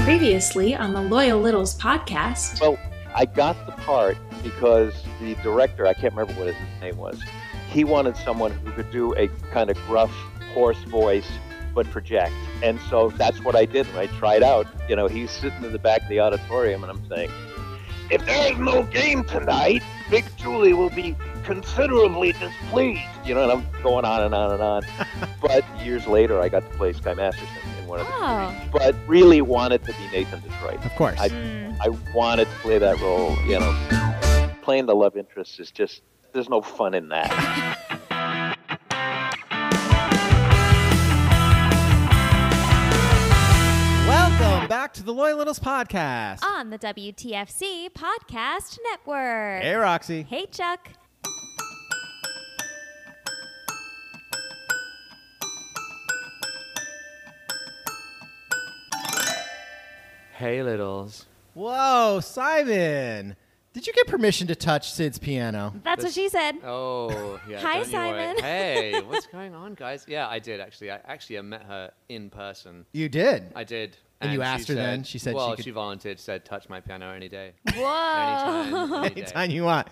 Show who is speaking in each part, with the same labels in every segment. Speaker 1: previously on the Loyal Littles podcast.
Speaker 2: Well, I got the part because the director, I can't remember what his name was, he wanted someone who could do a kind of gruff, hoarse voice but project. And so that's what I did. And I tried out. You know, he's sitting in the back of the auditorium, and I'm saying, if there is no game tonight, Big Julie will be considerably displeased. You know, and I'm going on and on and on. but years later, I got to play Sky Masterson in one of the
Speaker 3: Oh.
Speaker 2: series. But really wanted to be Nathan Detroit.
Speaker 4: Of course.
Speaker 2: I-
Speaker 3: Mm.
Speaker 2: I wanted to play that role. You know, playing the love interest is just there's no fun in that.
Speaker 4: Welcome back to the Loyal Littles podcast.
Speaker 3: on the WTFC Podcast Network.
Speaker 4: hey, Roxy.
Speaker 3: Hey, Chuck.
Speaker 5: Hey, littles.
Speaker 4: Whoa, Simon. Did you get permission to touch Sid's piano?
Speaker 3: That's what
Speaker 5: This-
Speaker 3: she said.
Speaker 5: Oh, yeah.
Speaker 3: Hi,
Speaker 5: don't you worry.
Speaker 3: Simon.
Speaker 5: Hey, what's going on, guys? Yeah, I did actually. I actually I met her in person.
Speaker 4: You did.
Speaker 5: I did.
Speaker 4: And you
Speaker 5: she
Speaker 4: asked her then? She said she
Speaker 5: Well,
Speaker 4: could-
Speaker 5: she volunteered. Said, "Touch my piano any day,
Speaker 3: Whoa.
Speaker 5: anytime, any day."
Speaker 4: Anytime you want.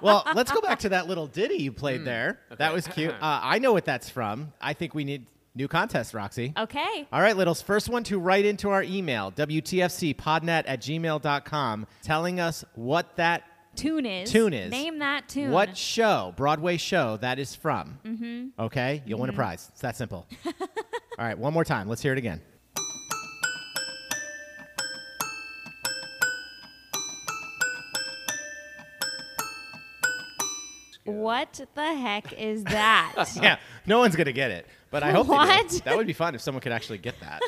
Speaker 4: Well, let's go back to that little ditty you played there. That
Speaker 5: okay.
Speaker 4: was cute. Uh, I know what that's from. I think we need new contest, Roxy.
Speaker 3: Okay.
Speaker 4: All right, Littles. First one to write into our email, WTFCpodnet at gmail.com, telling us what that,
Speaker 3: Tune is.
Speaker 4: Tune is.
Speaker 3: Name that tune.
Speaker 4: what show, Broadway show that is from. Mm-hmm. Okay? You'll win a prize. It's that simple. All right, one more time. Let's hear it again.
Speaker 3: What the heck is that?
Speaker 4: Yeah, no one's gonna get it, but I hope they do.
Speaker 3: What?
Speaker 4: that would be fun if someone could actually get that.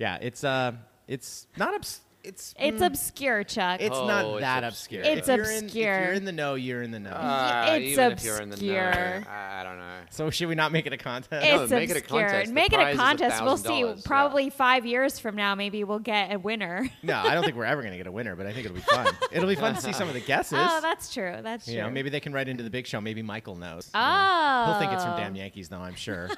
Speaker 4: yeah, it's uh, it's not obs- it's
Speaker 5: Hmm.
Speaker 3: it's obscure, Chuck.
Speaker 4: it's
Speaker 5: Oh,
Speaker 4: not
Speaker 5: it's
Speaker 4: that
Speaker 5: obscure.
Speaker 4: obscure.
Speaker 3: It's
Speaker 4: If you're in- if
Speaker 3: obscure.
Speaker 4: you're in the know, you're in the know.
Speaker 5: Uh,
Speaker 3: It's
Speaker 5: even if you're in the know,
Speaker 3: obscure.
Speaker 5: I I don't know.
Speaker 4: so should we not make it a contest?
Speaker 5: No,
Speaker 3: it's
Speaker 5: Oh, make it a
Speaker 3: obscure.
Speaker 5: contest. The
Speaker 3: Make it
Speaker 5: prize
Speaker 3: a
Speaker 5: is
Speaker 3: contest. We'll see.
Speaker 5: $1,000, yeah.
Speaker 3: Probably five years from now, maybe we'll get a winner.
Speaker 4: no, I don't think we're ever gonna get a winner, but I think it'll be fun. it'll be fun to see some of the guesses.
Speaker 3: Oh, that's true. That's true.
Speaker 4: you know, maybe they can write into the big show. Maybe Michael knows. You know.
Speaker 3: Oh.
Speaker 4: He'll think it's from Damn Yankees, though, I'm sure.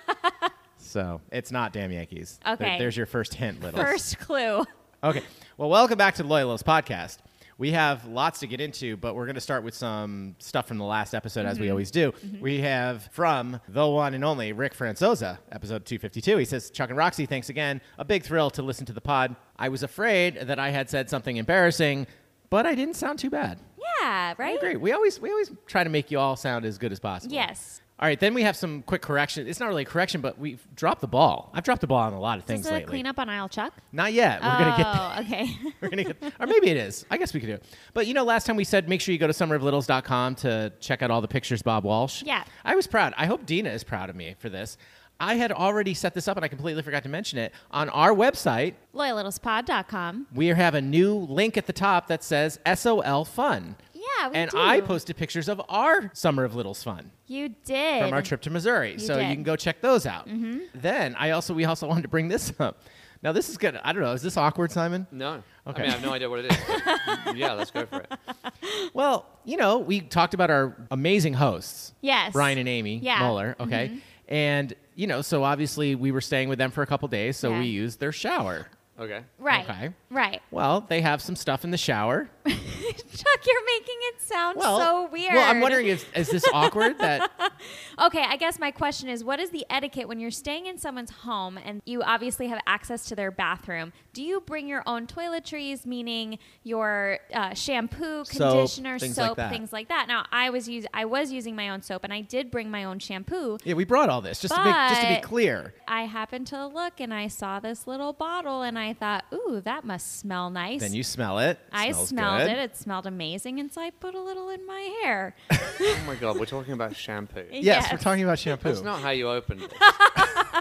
Speaker 4: so it's not Damn Yankees. There-
Speaker 3: Okay.
Speaker 4: there's your first hint, Little.
Speaker 3: First clue.
Speaker 4: Okay. Well, welcome back to the Loyalists podcast. We have lots to get into, but we're going to start with some stuff from the last episode, as
Speaker 3: Mm-hmm.
Speaker 4: we always do. We have from the one and only Rick Franzosa, episode 252. He says, Chuck and Roxy, thanks again. A big thrill to listen to the pod. I was afraid that I had said something embarrassing, but I didn't sound too bad.
Speaker 3: Yeah, right?
Speaker 4: I agree. We always, we always try to make you all sound as good as possible.
Speaker 3: Yes.
Speaker 4: All right, then we have some quick correction. It's not really a correction, but we've dropped the ball. I've dropped the ball on a lot of
Speaker 3: Is
Speaker 4: things
Speaker 3: this a
Speaker 4: lately.
Speaker 3: cleanup on aisle, Chuck?
Speaker 4: Not yet. We're going to get
Speaker 3: Oh, okay.
Speaker 4: We're gonna get, or maybe it is. I guess we could do it. But you know, last time we said make sure you go to summeroflittles.com to check out all the pictures Bob Walsh.
Speaker 3: Yeah.
Speaker 4: I was proud. I hope Dina is proud of me for this. I had already set this up and I completely forgot to mention it. On our website,
Speaker 3: LoyalittlesPod.com.
Speaker 4: we have a new link at the top that says SOL Fun.
Speaker 3: Yeah, we
Speaker 4: And
Speaker 3: do.
Speaker 4: I posted pictures of our Summer of Littles fun
Speaker 3: You did.
Speaker 4: from our trip to Missouri. so
Speaker 3: did. Mm-hmm.
Speaker 4: you can go check those out. Then I also we also wanted to bring this up. Now this is good. I don't know. Is this awkward, Simon?
Speaker 5: No.
Speaker 4: Okay.
Speaker 5: I mean, I have no idea what it is. but yeah, let's go for it.
Speaker 4: Well, you know, we talked about our amazing hosts.
Speaker 3: Yes.
Speaker 4: Ryan and Amy
Speaker 3: Yeah. Mm-hmm.
Speaker 4: Muller. Okay. And, you know, so obviously we were staying with them for a couple days, so
Speaker 3: Yeah.
Speaker 4: we used their shower.
Speaker 5: Okay.
Speaker 3: Right.
Speaker 4: Okay.
Speaker 3: Right.
Speaker 4: Well, they have some stuff in the shower.
Speaker 3: Chuck, you're making it sound
Speaker 4: Well,
Speaker 3: so weird.
Speaker 4: Well, I'm wondering if is this awkward that
Speaker 3: Okay, I guess my question is what is the etiquette when you're staying in someone's home and you obviously have access to their bathroom? Do you bring your own toiletries, meaning your uh, shampoo, conditioner,
Speaker 4: things like
Speaker 3: soap,
Speaker 4: that.
Speaker 3: things like that? Now, I was use I was using my own soap and I did bring my own shampoo.
Speaker 4: Yeah, we brought all this just to make, just to be
Speaker 3: But-
Speaker 4: clear.
Speaker 3: I happened to look and I saw this little bottle and I thought, "Ooh, that must smell nice."
Speaker 4: Then you smell it.
Speaker 3: I
Speaker 4: Smells
Speaker 3: smelled
Speaker 4: good.
Speaker 3: it. It smelled amazing, and so I put a little in my hair.
Speaker 5: Oh my God, we're talking about shampoo.
Speaker 4: Yes,
Speaker 3: Yes.
Speaker 4: we're talking about shampoo.
Speaker 5: That's not how you opened it.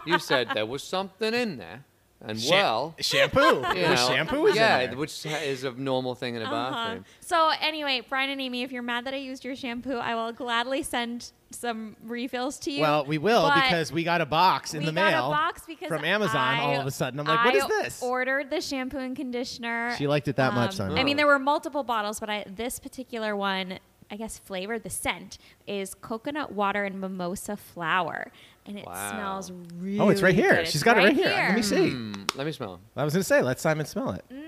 Speaker 5: you said there was something in there, and
Speaker 4: Sha-
Speaker 5: well,
Speaker 4: shampoo.
Speaker 5: you
Speaker 4: Well,
Speaker 5: know,
Speaker 4: shampoo is in
Speaker 5: yeah,
Speaker 4: there.
Speaker 5: which is a normal thing in a
Speaker 3: Uh-huh.
Speaker 5: bathroom.
Speaker 3: So anyway, Brian and Amy, if you're mad that I used your shampoo, I will gladly send some refills to you.
Speaker 4: Well, we will
Speaker 3: But
Speaker 4: because we got a box in
Speaker 3: we
Speaker 4: the
Speaker 3: got
Speaker 4: mail
Speaker 3: a box because
Speaker 4: from Amazon.
Speaker 3: I-
Speaker 4: all of a sudden, I'm like, what is
Speaker 3: I
Speaker 4: this?
Speaker 3: Ordered the shampoo and conditioner.
Speaker 4: She liked it that much, Simon.
Speaker 3: um, I mean, there were multiple bottles, but I this particular one, I guess, flavored the scent is coconut water and mimosa flower, and it
Speaker 5: Wow.
Speaker 3: smells really.
Speaker 4: Oh, it's right here.
Speaker 3: good.
Speaker 4: She's got it right here. Let me see.
Speaker 5: Mm, Let me smell.
Speaker 4: I was going to say, let Simon smell it.
Speaker 3: Hmm.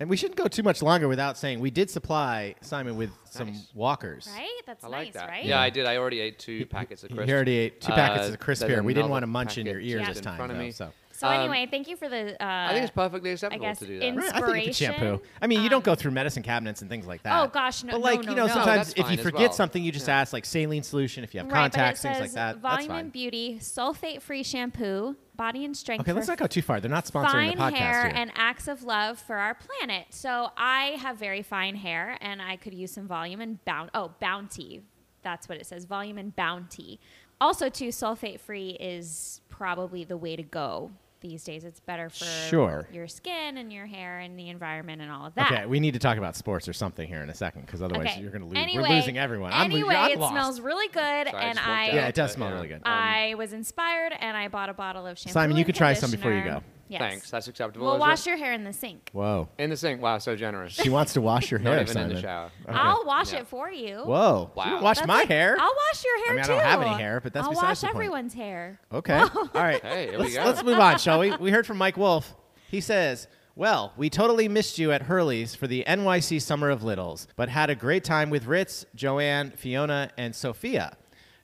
Speaker 4: And we shouldn't go too much longer without saying we did supply Simon with some
Speaker 5: Nice.
Speaker 4: walkers.
Speaker 3: Right? That's
Speaker 5: I
Speaker 3: nice,
Speaker 5: like that.
Speaker 3: right?
Speaker 5: Yeah, I did. I already ate two packets of
Speaker 4: He
Speaker 5: crisps.
Speaker 4: already ate two packets
Speaker 5: Uh,
Speaker 4: of crisp
Speaker 5: there's
Speaker 4: here. We didn't
Speaker 5: another
Speaker 4: want to munch in
Speaker 5: packet
Speaker 4: your ears
Speaker 5: just
Speaker 4: this
Speaker 5: in
Speaker 4: time,
Speaker 5: front of
Speaker 4: though,
Speaker 5: me.
Speaker 4: so.
Speaker 3: So
Speaker 5: Um,
Speaker 3: anyway, thank you for the. Uh,
Speaker 5: I think it's perfectly acceptable
Speaker 3: guess
Speaker 5: to do that.
Speaker 3: in-
Speaker 4: Right, I think it's a shampoo.
Speaker 3: Inspiration, um,
Speaker 4: I mean, you don't go through medicine cabinets and things like that.
Speaker 3: Oh, gosh, no,
Speaker 4: But like
Speaker 3: no, no,
Speaker 4: you know,
Speaker 3: no.
Speaker 5: No,
Speaker 4: sometimes
Speaker 5: that's
Speaker 4: if you
Speaker 5: fine as
Speaker 4: forget
Speaker 5: well.
Speaker 4: something, you just ask like saline solution if you have
Speaker 3: right,
Speaker 4: contacts,
Speaker 3: but it
Speaker 4: things
Speaker 3: says
Speaker 4: like that. That's
Speaker 3: Volume
Speaker 4: fine.
Speaker 3: and beauty, sulfate-free shampoo, body and strength.
Speaker 4: Okay, let's
Speaker 3: for
Speaker 4: not go too far. They're not sponsoring
Speaker 3: Fine
Speaker 4: the podcast
Speaker 3: hair
Speaker 4: here.
Speaker 3: and acts of love for our planet. So I have very fine hair, and I could use some volume and bounty. Oh, bounty. That's what it says. Volume and bounty. Also, too, sulfate-free is probably the way to go these days. It's better for
Speaker 4: Sure.
Speaker 3: your skin and your hair and the environment and all of that.
Speaker 4: Okay, we need to talk about sports or something here in a second because otherwise
Speaker 3: Okay.
Speaker 4: you're going to lose.
Speaker 3: Anyway,
Speaker 4: We're losing everyone. I'm losing.
Speaker 3: Anyway,
Speaker 4: I'm
Speaker 3: it
Speaker 4: lost.
Speaker 3: smells really good,
Speaker 5: Sorry, I
Speaker 3: and
Speaker 5: just walked
Speaker 3: I
Speaker 5: out, Um,
Speaker 4: Yeah, it does
Speaker 5: but,
Speaker 4: smell
Speaker 5: yeah.
Speaker 4: really good.
Speaker 3: I was inspired, and I bought a bottle of shampoo.
Speaker 4: Simon, you
Speaker 3: and
Speaker 4: could try some before you
Speaker 3: conditioner.
Speaker 4: go.
Speaker 3: Yes.
Speaker 5: Thanks. That's acceptable.
Speaker 3: We'll
Speaker 5: is
Speaker 3: wash
Speaker 5: it?
Speaker 3: your hair in the sink.
Speaker 4: Whoa,
Speaker 5: in the sink. Wow, so generous.
Speaker 4: she wants to wash your hair,
Speaker 5: Not even in
Speaker 4: Simon.
Speaker 5: the shower.
Speaker 3: I'll wash
Speaker 5: Yeah.
Speaker 3: it for you.
Speaker 4: Whoa,
Speaker 5: Wow.
Speaker 4: you didn't wash
Speaker 3: That's
Speaker 4: my
Speaker 3: like-
Speaker 4: hair.
Speaker 3: I'll wash your hair
Speaker 4: I mean, I
Speaker 3: too.
Speaker 4: don't have any hair, but that's
Speaker 3: I'll
Speaker 4: besides
Speaker 3: wash
Speaker 4: the point.
Speaker 3: everyone's hair.
Speaker 4: Okay, all right.
Speaker 5: Hey, here we
Speaker 4: let's,
Speaker 5: go.
Speaker 4: let's move on, shall we? We heard from Mike Wolf. He says. Well, we totally missed you at Hurley's for the NYC Summer of Littles, but had a great time with Ritz, Joanne, Fiona, and Sophia.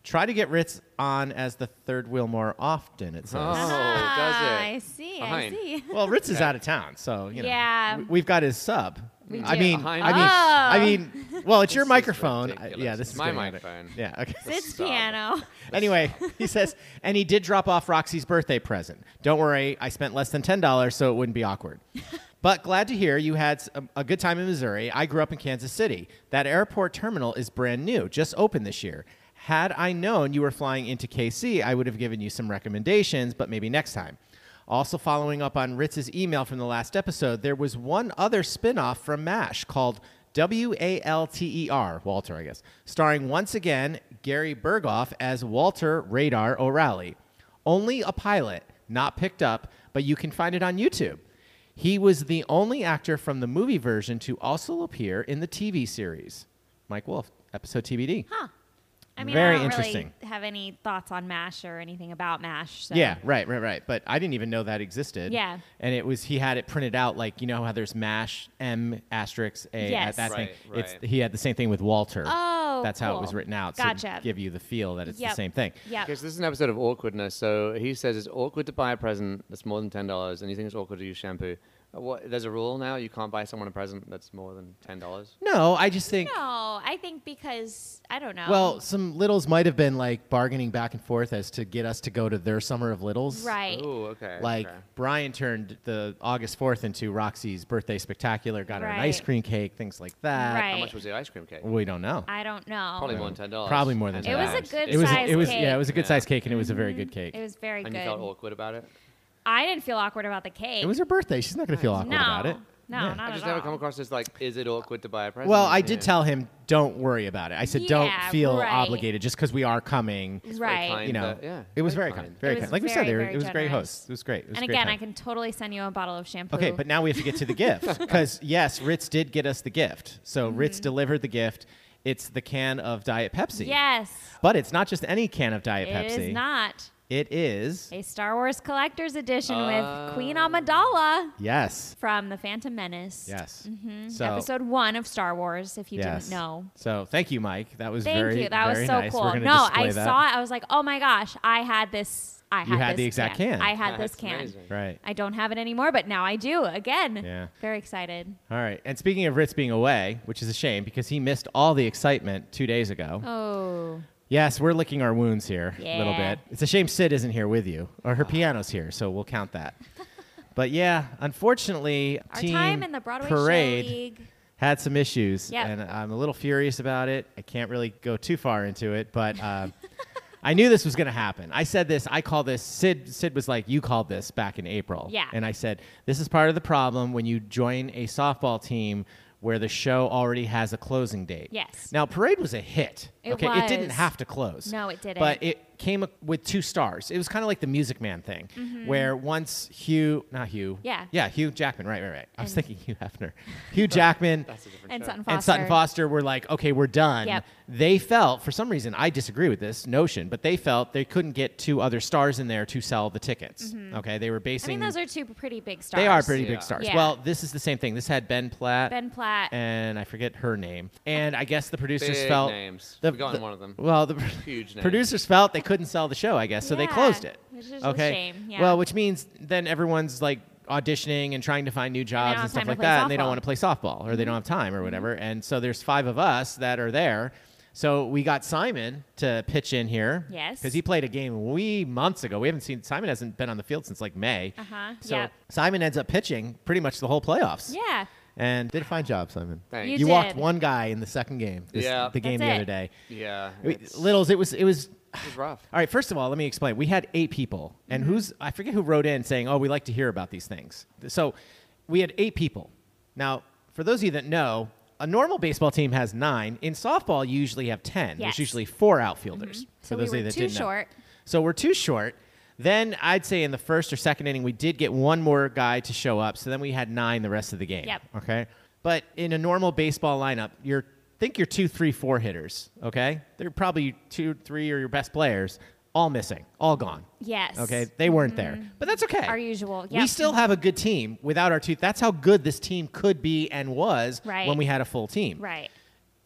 Speaker 4: Try to get Ritz on as the third wheel more often, it says.
Speaker 5: Oh,
Speaker 3: Uh-huh.
Speaker 5: does it?
Speaker 3: Ah, I see. I
Speaker 5: Fine.
Speaker 3: see.
Speaker 4: Well, Ritz is out of town, so you know.
Speaker 3: Yeah.
Speaker 4: we- We've got his sub.
Speaker 3: We
Speaker 4: I
Speaker 3: do. Oh.
Speaker 4: mean,
Speaker 5: Behind
Speaker 4: I mean, I mean. Well, it's your
Speaker 5: is
Speaker 4: microphone. I- yeah,
Speaker 5: ridiculous.
Speaker 4: this is
Speaker 5: My
Speaker 4: getting out of-
Speaker 5: microphone.
Speaker 4: Yeah. Okay.
Speaker 3: It's
Speaker 5: Stop.
Speaker 3: piano.
Speaker 4: anyway, he says, and he did drop off Roxy's birthday present. Don't worry, I spent less than ten dollars, so it wouldn't be awkward. but glad to hear you had s- a, a good time in Missouri. I grew up in Kansas City. That airport terminal is brand new, just opened this year. Had I known you were flying into KC, I would have given you some recommendations, but maybe next time. Also, following up on Ritz's email from the last episode, there was one other spin off from MASH called W A L T E R, Walter, I guess, starring once again Gary Berghoff as Walter Radar O'Reilly. Only a pilot, not picked up, but you can find it on YouTube. He was the only actor from the movie version to also appear in the TV series. Mike Wolf, episode TBD.
Speaker 3: I mean,
Speaker 4: Very
Speaker 3: I don't
Speaker 4: interesting.
Speaker 3: really have any thoughts on MASH or anything about MASH. So.
Speaker 4: Yeah, right, right, right. But I didn't even know that existed.
Speaker 3: Yeah.
Speaker 4: And it was he had it printed out like you know how there's mash M asterisk A
Speaker 3: Yes.
Speaker 4: that thing.
Speaker 5: Right,
Speaker 4: It's
Speaker 5: right.
Speaker 4: he had the same thing with Walter.
Speaker 3: Oh,
Speaker 4: That's how it was
Speaker 3: cool.
Speaker 4: written out.
Speaker 3: Gotcha.
Speaker 4: To give you the feel that it's
Speaker 3: Yep.
Speaker 4: the same thing.
Speaker 3: Yeah.
Speaker 5: Because this is an episode of awkwardness. So he says it's awkward to buy a present that's more than ten dollars, and he thinks it's awkward to use shampoo. Uh, What, there's a rule now: you can't buy someone a present that's more than ten dollars.
Speaker 4: No, I just think
Speaker 3: No, I think because I don't know.
Speaker 4: well, some littles might have been like bargaining back and forth as to get us to go to their summer of littles.
Speaker 3: right.
Speaker 5: Oh, okay.
Speaker 4: Like
Speaker 5: okay.
Speaker 4: Brian turned the August 4th into Roxy's birthday spectacular, got her an
Speaker 3: Right.
Speaker 4: ice cream cake, things like that.
Speaker 3: Right.
Speaker 5: how much was the ice cream cake?
Speaker 4: We don't know.
Speaker 3: I don't know.
Speaker 5: Probably more than ten dollars.
Speaker 4: Probably more than
Speaker 3: It was a
Speaker 4: $10.
Speaker 3: good
Speaker 4: it was,
Speaker 3: size
Speaker 4: it was,
Speaker 3: cake.
Speaker 4: Yeah, it was a good
Speaker 5: Yeah.
Speaker 4: size cake, and it was a very good cake.
Speaker 3: It was very
Speaker 5: And
Speaker 3: good.
Speaker 5: you felt awkward about it.
Speaker 3: I didn't feel awkward about the cake.
Speaker 4: It was her birthday. She's not going to feel awkward
Speaker 3: no,
Speaker 4: about it.
Speaker 3: No,
Speaker 4: Yeah.
Speaker 3: not
Speaker 5: I
Speaker 3: at
Speaker 5: just
Speaker 3: all.
Speaker 5: never come across as like, is it awkward to buy a present?
Speaker 4: Well, I did
Speaker 5: Yeah.
Speaker 4: tell him, don't worry about it. I said, don't
Speaker 3: Yeah,
Speaker 4: feel
Speaker 3: right.
Speaker 4: obligated just because we are coming.
Speaker 5: Very
Speaker 3: right.
Speaker 5: kind,
Speaker 4: You know,
Speaker 5: but yeah,
Speaker 4: it was very kind. Very
Speaker 3: It was
Speaker 4: kind. Like we said,
Speaker 3: very,
Speaker 4: they were,
Speaker 3: very
Speaker 4: it was great
Speaker 3: generous.
Speaker 4: hosts. It was great. It was
Speaker 3: and
Speaker 4: a great
Speaker 3: again, I
Speaker 4: time.
Speaker 3: can totally send you a bottle of shampoo.
Speaker 4: Okay, but now we have to get to the gift because yes, Ritz did get us the gift. So
Speaker 3: Mm-hmm.
Speaker 4: Ritz delivered the gift. It's the can of Diet Pepsi.
Speaker 3: yes,
Speaker 4: But it's not just any can of Diet
Speaker 3: it
Speaker 4: Pepsi.
Speaker 3: is not
Speaker 4: It is
Speaker 3: a Star Wars collector's edition
Speaker 5: Oh.
Speaker 3: with Queen Amidala
Speaker 4: yes,
Speaker 3: from The Phantom Menace.
Speaker 4: yes. Mm-hmm. So
Speaker 3: Episode one of Star Wars, if you
Speaker 4: yes.
Speaker 3: didn't know.
Speaker 4: So thank you, Mike. That was
Speaker 3: Thank
Speaker 4: very
Speaker 3: you. That was
Speaker 4: very
Speaker 3: so
Speaker 4: nice. We're
Speaker 3: cool.
Speaker 4: gonna
Speaker 3: No,
Speaker 4: display
Speaker 3: I
Speaker 4: that.
Speaker 3: saw it. I was like, oh my gosh, I had this. I
Speaker 4: You had
Speaker 3: this
Speaker 4: the exact can.
Speaker 3: I had
Speaker 5: Yeah,
Speaker 3: this
Speaker 5: that's
Speaker 3: can.
Speaker 5: amazing.
Speaker 4: Right.
Speaker 3: I don't have it anymore, but now I do again.
Speaker 4: Yeah.
Speaker 3: Very excited.
Speaker 4: All right. And speaking of Ritz being away, which is a shame because he missed all the excitement two days ago.
Speaker 3: Oh.
Speaker 4: Yes, we're licking our wounds here a little
Speaker 3: Yeah. Ah.
Speaker 4: bit. It's a shame Sid isn't here with you, or her piano's here, so we'll count that. but yeah, unfortunately,
Speaker 3: Our
Speaker 4: Team
Speaker 3: time in the Broadway
Speaker 4: parade
Speaker 3: Show League.
Speaker 4: had some issues,
Speaker 3: Yep.
Speaker 4: and I'm a little furious about it. I can't really go too far into it, but. Uh, I knew this was going to happen. I said this. I call this. Sid. Sid was like, "You called this back in April."
Speaker 3: Yeah.
Speaker 4: And I said, "This is part of the problem when you join a softball team where the show already has a closing date."
Speaker 3: Yes.
Speaker 4: Now, Parade was a hit.
Speaker 3: It
Speaker 4: okay. It didn't
Speaker 3: was.
Speaker 4: have to close.
Speaker 3: No, it didn't.
Speaker 4: But it came up with two stars. It was kind of like the Music Man thing, where once Hugh, not Hugh,
Speaker 3: Mm-hmm. Yeah.
Speaker 4: yeah, Hugh Jackman, right, right, right. I was
Speaker 3: And-
Speaker 4: thinking Hugh Hefner, Hugh Jackman,
Speaker 5: That's a different
Speaker 3: and
Speaker 5: show.
Speaker 3: Sutton Foster.
Speaker 4: and Sutton Foster were like, okay, we're done.
Speaker 3: Yep.
Speaker 4: They felt, for some reason, I disagree with this notion, but they felt they couldn't get two other stars in there to sell the tickets. Okay, they were
Speaker 3: Mm-hmm. I
Speaker 4: basing.
Speaker 3: mean, those are two pretty big stars.
Speaker 4: they are pretty big
Speaker 5: Yeah.
Speaker 4: stars.
Speaker 3: Yeah.
Speaker 4: Well, this is the same thing. This had Ben Platt.
Speaker 3: Ben Platt.
Speaker 4: And I forget her name. And I guess the producers
Speaker 5: Big
Speaker 4: felt
Speaker 5: names.
Speaker 4: the-
Speaker 5: We've gotten
Speaker 4: the-
Speaker 5: one of them.
Speaker 4: Mm-hmm. Well, the
Speaker 5: Huge names.
Speaker 4: producers felt they couldn't sell the show. I guess so. They
Speaker 3: Yeah,
Speaker 4: closed it.
Speaker 3: which is a
Speaker 4: okay.
Speaker 3: shame, yeah.
Speaker 4: Well, which means then everyone's like auditioning and trying to find new jobs
Speaker 3: don't
Speaker 4: and,
Speaker 3: have
Speaker 4: stuff
Speaker 3: time to
Speaker 4: like
Speaker 3: play
Speaker 4: that, and they don't
Speaker 3: softball. Mm-hmm.
Speaker 4: want to play softball or they don't have time or whatever. And so there's five of us that are there. So we got Simon to pitch in here.
Speaker 3: Yes.
Speaker 4: Because he played a game we months ago. We haven't seen Simon hasn't been on the field since like May.
Speaker 3: Uh-huh,
Speaker 4: So
Speaker 3: yep.
Speaker 4: Simon ends up pitching pretty much the whole playoffs.
Speaker 3: yeah.
Speaker 4: And did a fine job, Simon.
Speaker 5: Thanks.
Speaker 3: You
Speaker 4: You walked
Speaker 3: did.
Speaker 4: one guy in the second game. This,
Speaker 5: Yeah.
Speaker 4: The game
Speaker 3: That's
Speaker 4: the
Speaker 3: it.
Speaker 4: other day.
Speaker 5: Yeah.
Speaker 4: We-
Speaker 5: it's-
Speaker 4: Littles, it was it was.
Speaker 5: it was rough.
Speaker 4: All right. First of all, let me explain. We had eight people, and
Speaker 3: Mm-hmm.
Speaker 4: who's I forget who wrote in saying, "Oh, we like to hear about these things." So we had eight people. Now, for those of you that know, a normal baseball team has nine. In softball, you usually have ten. There's
Speaker 3: Yes. Mm-hmm.
Speaker 4: usually four outfielders. For
Speaker 3: So we
Speaker 4: those of
Speaker 3: were
Speaker 4: you that
Speaker 3: too
Speaker 4: didn't know.
Speaker 3: short.
Speaker 4: So we're too short. Then I'd say in the first or second inning, we did get one more guy to show up. So then we had nine the rest of the game.
Speaker 3: Yep.
Speaker 4: Okay. But in a normal baseball lineup, you're think your two, three, four hitters. Okay. They're probably two, three, or your best players, all missing, all gone.
Speaker 3: Yes. Mm-hmm.
Speaker 4: Okay. They weren't there, but that's okay.
Speaker 3: Our usual,
Speaker 4: We
Speaker 3: yep.
Speaker 4: still have a good team without our two. That's how good this team could be and was
Speaker 3: Right.
Speaker 4: when we had a full team
Speaker 3: Right.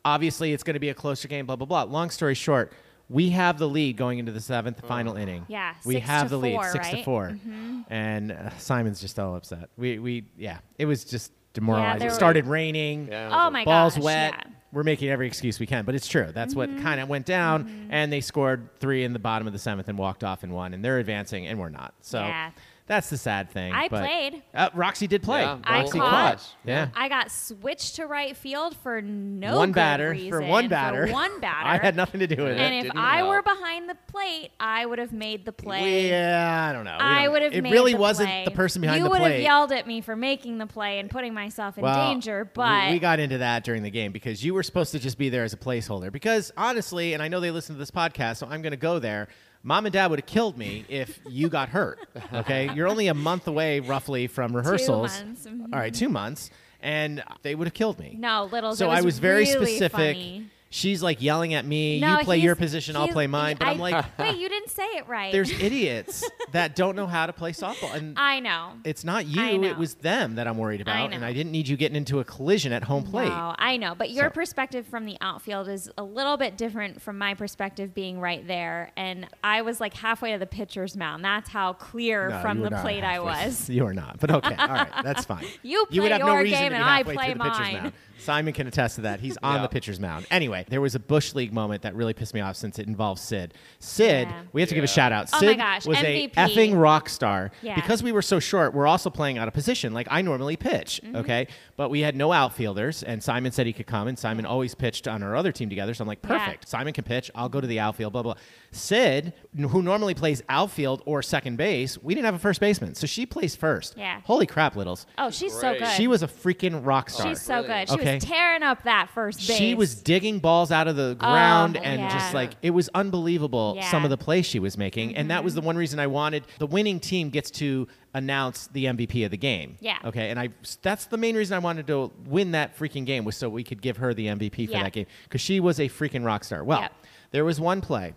Speaker 4: obviously it's going to be a closer game blah blah blah long story short we have the lead going into the seventh final inning
Speaker 3: Yeah,
Speaker 4: we
Speaker 3: six
Speaker 4: have
Speaker 3: to
Speaker 4: the lead
Speaker 3: four,
Speaker 4: six to
Speaker 3: right? Mm-hmm.
Speaker 4: 4 and uh, simon's just all upset we we yeah it was just
Speaker 3: Yeah,
Speaker 4: demoralizing
Speaker 3: there
Speaker 4: it
Speaker 3: were-
Speaker 4: started raining
Speaker 5: Yeah.
Speaker 3: Oh my
Speaker 4: balls
Speaker 3: gosh.
Speaker 4: wet
Speaker 3: Yeah. Mm-hmm.
Speaker 4: we're making every excuse we can but it's true that's what kind of went down and they scored three in the bottom of the seventh and walked off and won and they're advancing and we're not so
Speaker 3: Yeah.
Speaker 4: that's the sad thing
Speaker 3: I
Speaker 4: but-
Speaker 3: played.
Speaker 4: uh, roxy did play
Speaker 5: Yeah,
Speaker 3: I
Speaker 4: roxy
Speaker 3: caught.
Speaker 4: yeah
Speaker 3: I got switched to right field for no
Speaker 4: one
Speaker 3: good
Speaker 4: batter
Speaker 3: reason,
Speaker 4: for one batter
Speaker 3: For one batter.
Speaker 4: i had nothing to do with it
Speaker 5: And That
Speaker 3: And if
Speaker 5: didn't
Speaker 3: I were
Speaker 5: help.
Speaker 3: behind the plate, I would have made the play.
Speaker 4: Yeah, I don't know. uh, We
Speaker 3: I
Speaker 4: don't-
Speaker 3: would have.
Speaker 4: It
Speaker 3: made
Speaker 4: really
Speaker 3: the
Speaker 4: wasn't
Speaker 3: play.
Speaker 4: the person behind
Speaker 3: you
Speaker 4: the
Speaker 3: would have
Speaker 4: play.
Speaker 3: yelled at me for making the play and putting myself in
Speaker 4: Well,
Speaker 3: danger,
Speaker 4: we-
Speaker 3: but
Speaker 4: we, got into that during the game because you were supposed to just be there as a placeholder. Because honestly, and I know they listen to this podcast, so I'm going to go there. Mom and Dad would have killed me if you got hurt. Okay, you're only a month away, roughly, from rehearsals.
Speaker 3: months, mhm.
Speaker 4: All right, two months, and they would have killed me.
Speaker 3: no little.
Speaker 4: So
Speaker 3: it
Speaker 4: I was very
Speaker 3: really
Speaker 4: specific.
Speaker 3: funny.
Speaker 4: She's like yelling at me.
Speaker 3: No,
Speaker 4: you play
Speaker 3: he's-
Speaker 4: your position, I'll
Speaker 3: he's-
Speaker 4: play mine. But
Speaker 3: I,
Speaker 4: I'm like,
Speaker 3: wait, you didn't say it right.
Speaker 4: there's idiots that don't know how to play softball, and
Speaker 3: I know.
Speaker 4: It's not you.
Speaker 3: I know.
Speaker 4: It was them that I'm worried about,
Speaker 3: know.
Speaker 4: and I didn't need you getting into a collision at home plate.
Speaker 3: No, I know, but your
Speaker 4: So-
Speaker 3: perspective from the outfield is a little bit different from my perspective being right there. And I was like halfway to the pitcher's mound. That's how clear
Speaker 4: No,
Speaker 3: from
Speaker 4: you were
Speaker 3: the
Speaker 4: not
Speaker 3: plate I
Speaker 4: halfway.
Speaker 3: was.
Speaker 4: You are not, but okay, all right, that's fine.
Speaker 3: You
Speaker 4: would
Speaker 3: play
Speaker 4: have no
Speaker 3: your
Speaker 4: reason
Speaker 3: game
Speaker 4: to be
Speaker 3: and I
Speaker 4: halfway
Speaker 3: play
Speaker 4: through the pitcher's
Speaker 3: mine.
Speaker 4: mound. Simon can attest to that. He's on
Speaker 5: Yeah.
Speaker 4: the pitcher's mound. Anyway, there was a bush league moment that really pissed me off since it involved Sid. Sid,
Speaker 3: Yeah.
Speaker 4: we have to give a
Speaker 5: Yeah.
Speaker 4: shout out.
Speaker 3: Oh my
Speaker 4: Sid
Speaker 3: gosh,
Speaker 4: was
Speaker 3: MVP.
Speaker 4: a effing rock star.
Speaker 3: Yeah.
Speaker 4: Because we were so short, we're also playing out of position. Like I normally pitch,
Speaker 3: Mm-hmm.
Speaker 4: okay, but we had no outfielders, and Simon said he could come, and Simon always pitched on our other team together. So I'm like,
Speaker 3: Yeah.
Speaker 4: perfect. Simon can pitch. I'll go to the outfield, blah, blah. Sid, n- who normally plays outfield or second base, we didn't have a first baseman. So she plays first.
Speaker 3: Yeah.
Speaker 4: Holy crap, Littles.
Speaker 3: Oh, she's so
Speaker 5: Great.
Speaker 3: good.
Speaker 4: She was a freaking rock star.
Speaker 3: She's so
Speaker 5: Brilliant.
Speaker 3: good. She
Speaker 4: Okay.
Speaker 3: was tearing up that first base.
Speaker 4: She was digging balls out of the ground
Speaker 3: Oh,
Speaker 4: and
Speaker 3: yeah.
Speaker 4: just like it was unbelievable
Speaker 3: Yeah. Mm-hmm.
Speaker 4: some of the plays she was making. And that was the one reason I wanted the winning team gets to announce the MVP of the game.
Speaker 3: Yeah.
Speaker 4: Okay. And I that's the main reason I wanted to win that freaking game was so we could give her the MVP for
Speaker 3: Yeah.
Speaker 4: that game because she was a freaking rock star. Well,
Speaker 3: Yeah.
Speaker 4: there was one play.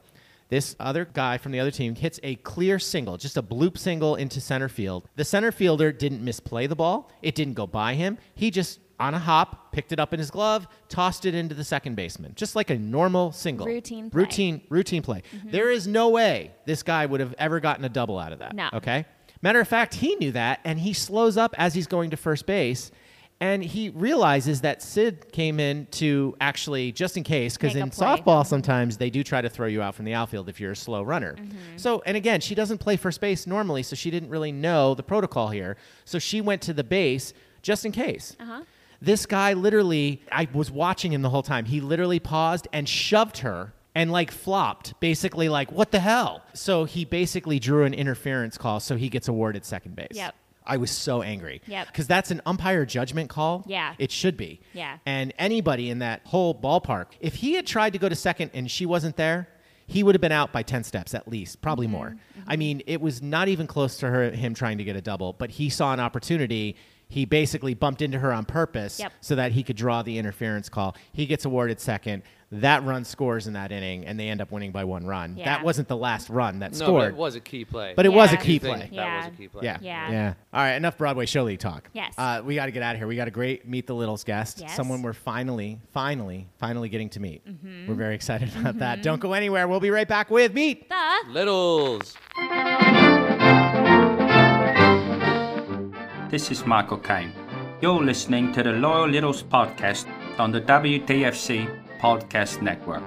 Speaker 4: This other guy from the other team hits a clear single, just a bloop single into center field. The center fielder didn't misplay the ball. It didn't go by him. He just on a hop picked it up in his glove, tossed it into the second baseman, just like a normal single.
Speaker 3: Routine play.
Speaker 4: Routine routine play.
Speaker 3: Mm-hmm.
Speaker 4: There is no way this guy would have ever gotten a double out of that.
Speaker 3: No.
Speaker 4: Okay? Matter of fact, he knew that and he slows up as he's going to first base. And he realizes that Sid came in to actually, just in case, because
Speaker 3: Make a
Speaker 4: in
Speaker 3: play.
Speaker 4: softball, softball, sometimes they do try to throw you out from the outfield if you're a slow runner.
Speaker 3: Mm-hmm.
Speaker 4: So, and again, she doesn't play first base normally, so she didn't really know the protocol here. So she went to the base just in case.
Speaker 3: Uh-huh.
Speaker 4: This guy literally, I was watching him the whole time. He literally paused and shoved her and like flopped, basically like, what the hell? So he basically drew an interference call, so he gets awarded second base.
Speaker 3: Yep.
Speaker 4: I was so angry.
Speaker 3: Yep.
Speaker 4: Because that's an umpire judgment call.
Speaker 3: Yeah.
Speaker 4: It should be.
Speaker 3: Yeah.
Speaker 4: And anybody in that whole ballpark, if he had tried to go to second and she wasn't there, he would have been out by 10 steps at least, probably
Speaker 3: Mm-hmm.
Speaker 4: more. I mean, it was not even close to her, him trying to get a double, but he saw an opportunity. He basically bumped into her on purpose
Speaker 3: Yep.
Speaker 4: so that he could draw the interference call. He gets awarded second. That run scores in that inning, and they end up winning by one run.
Speaker 3: Yeah.
Speaker 4: That wasn't the last run that
Speaker 5: No, but
Speaker 4: scored,
Speaker 5: it was a key play.
Speaker 4: but it was a
Speaker 3: Yeah.
Speaker 4: key
Speaker 5: You think
Speaker 4: play.
Speaker 5: That was
Speaker 3: Yeah.
Speaker 5: a key play.
Speaker 4: Yeah.
Speaker 3: Yeah.
Speaker 4: All right. Enough Broadway show league talk.
Speaker 3: Yes.
Speaker 4: Uh, we got to get out of here. We got a great Meet the Littles guest.
Speaker 3: Yes.
Speaker 4: Someone we're finally, finally, finally getting to meet.
Speaker 3: Mm-hmm.
Speaker 4: We're very excited about that. Don't go anywhere. We'll be right back with Meet.
Speaker 3: The
Speaker 5: Littles.
Speaker 6: This is Michael Kane. You're listening to the Loyal Littles podcast on the WTFC Podcast Network.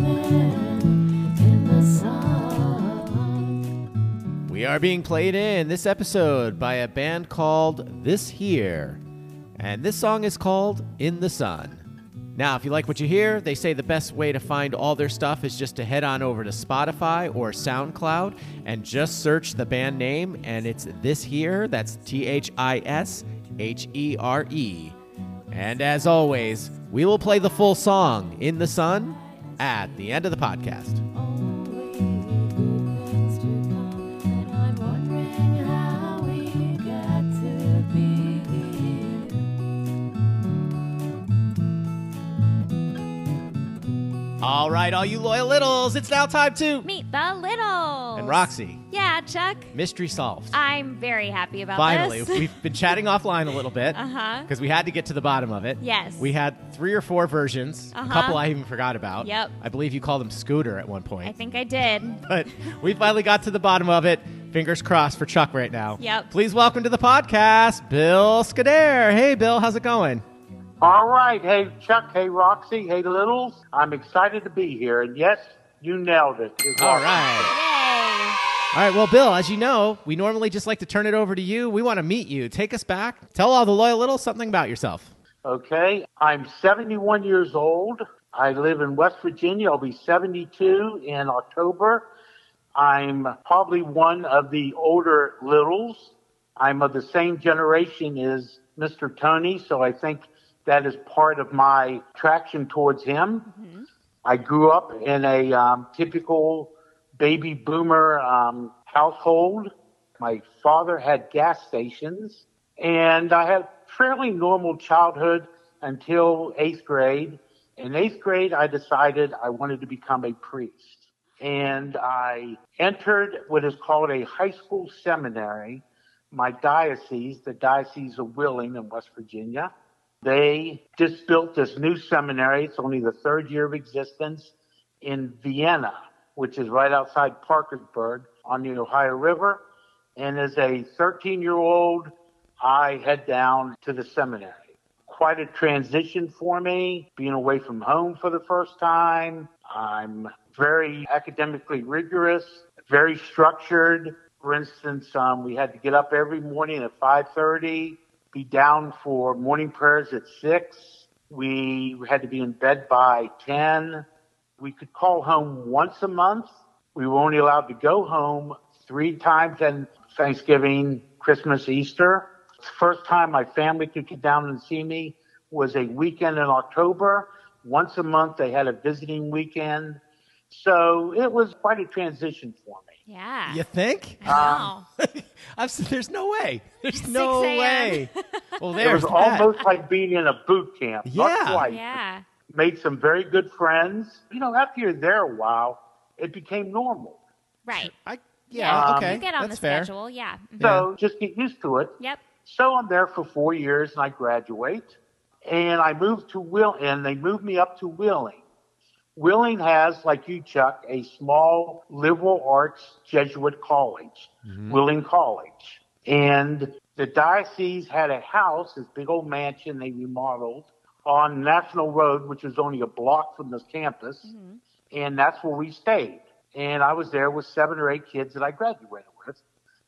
Speaker 7: Shining in the sun.
Speaker 4: We are being played in this episode by a band called This Here. And this song is called In the Sun. Now, if you like what you hear, they say the best way to find all their stuff is just to head on over to Spotify or SoundCloud and just search the band name, and it's This Here. That's T H I S H E R E. And as always, we will play the full song, In the Sun, at the end of the podcast. All right, all you loyal littles, it's now time to.
Speaker 3: meet the little
Speaker 4: And Roxy.
Speaker 3: Yeah, Chuck.
Speaker 4: Mystery solved.
Speaker 3: I'm very happy about
Speaker 4: Finally,
Speaker 3: this.
Speaker 4: we've been chatting offline a little bit
Speaker 3: Uh-huh.
Speaker 4: because we had to get to the bottom of it.
Speaker 3: Yes.
Speaker 4: we had three or four versions. A
Speaker 3: Uh-huh.
Speaker 4: couple I even forgot about.
Speaker 3: Yep.
Speaker 4: I believe you called him Scooter at one point.
Speaker 3: I think I did.
Speaker 4: but we finally got to the bottom of it. Fingers crossed for Chuck right now.
Speaker 3: Yep.
Speaker 4: Please welcome to the podcast, Bill Scudere. Hey, Bill, how's it going?
Speaker 8: All right. Hey, Chuck. Hey, Roxy. Hey, Littles. I'm excited to be here. And yes, you nailed it. It's
Speaker 4: All right.
Speaker 3: Yay.
Speaker 4: All right. Well, Bill, as you know, we normally just like to turn it over to you. We want to meet you. Take us back. Tell all the loyal littles something about yourself.
Speaker 8: Okay. I'm 71 years old. I live in West Virginia. I'll be 72 in October. I'm probably one of the older Littles. I'm of the same generation as Mr. Tony, so I think that is part of my traction towards him. I grew up in a um, typical baby boomer um, household. My father had gas stations, and I had a fairly normal childhood until eighth grade. In eighth grade, I decided I wanted to become a priest, and I entered what is called a high school seminary. My diocese, the Diocese of Wheeling in West Virginia, they just built this new seminary. It's only the third year of existence in Vienna, which is right outside Parkersburg on the Ohio River. And as a 13 year old, I head down to the seminary. Quite a transition for me, being away from home for the first time. I'm very academically rigorous, very structured. For instance, um, we had to get up every morning at 5:30, be down for morning prayers at six. We had to be in bed by 10. We could call home once a month. We were only allowed to go home three times on Thanksgiving, Christmas, Easter. The first time my family could get down and see me was a weekend in October. Once a month, they had a visiting weekend. So it was quite a transition for me.
Speaker 3: Yeah.
Speaker 4: You think?
Speaker 3: I know.
Speaker 4: I've s there's no way. There's no
Speaker 3: 6 a.m.
Speaker 4: way. Well,
Speaker 8: It
Speaker 4: there's
Speaker 8: was
Speaker 4: that.
Speaker 8: almost like being in a boot camp. Not
Speaker 4: Yeah.
Speaker 8: quite.
Speaker 3: yeah.
Speaker 8: Made some very good friends. You know, after you're there a while, it became normal.
Speaker 3: Right.
Speaker 4: I, yeah.
Speaker 8: Um,
Speaker 4: okay.
Speaker 3: You get on
Speaker 4: That's
Speaker 3: the
Speaker 4: fair.
Speaker 3: schedule. Yeah. Mhm.
Speaker 8: So just get used to it.
Speaker 3: Yep.
Speaker 8: So I'm there for four years and I graduate. And I moved to Will and they moved me up to Wheeling. Wheeling has, like you, Chuck, a small liberal arts Jesuit college, Wheeling College. And The diocese had a house, this big old mansion they remodeled on National Road, which was only a block from the campus.
Speaker 3: Mm-hmm.
Speaker 8: And that's where we stayed. And I was there with seven or eight kids that I graduated with.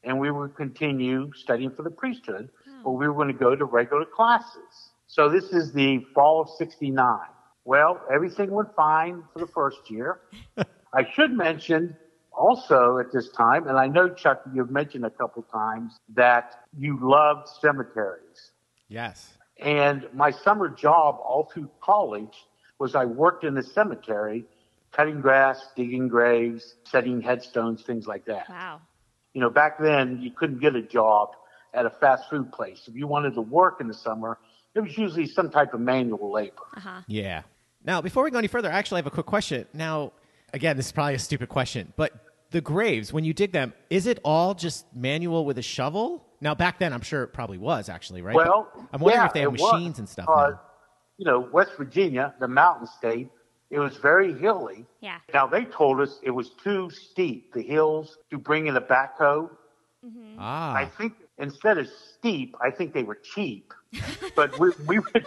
Speaker 8: And we would continue studying for the priesthood, but we were going to go to regular classes. So this is the fall of 69. Well, everything went fine for the first year. I should mention also at this time, and I know Chuck, you've mentioned a couple times that you loved cemeteries.
Speaker 4: Yes.
Speaker 8: And my summer job all through college was I worked in a cemetery, cutting grass, digging graves, setting headstones, things like that.
Speaker 3: Wow.
Speaker 8: You know, back then you couldn't get a job at a fast food place. If you wanted to work in the summer, it was usually some type of manual labor.
Speaker 4: Yeah. Now, before we go any further, I actually have a quick question. Now, again, this is probably a stupid question, but the graves, when you dig them, is it all just manual with a shovel? Now, back then, I'm sure it probably was actually, right?
Speaker 8: Well,
Speaker 4: But I'm wondering
Speaker 8: yeah,
Speaker 4: if they have
Speaker 8: it was,
Speaker 4: machines and stuff.
Speaker 8: because,
Speaker 4: now.
Speaker 8: you know, West Virginia, the mountain state, it was very hilly.
Speaker 3: Yeah.
Speaker 8: Now they told us it was too steep, the hills, to bring in a backhoe.
Speaker 4: Ah,
Speaker 8: I think instead of steep, I think they were cheap. but we, we would,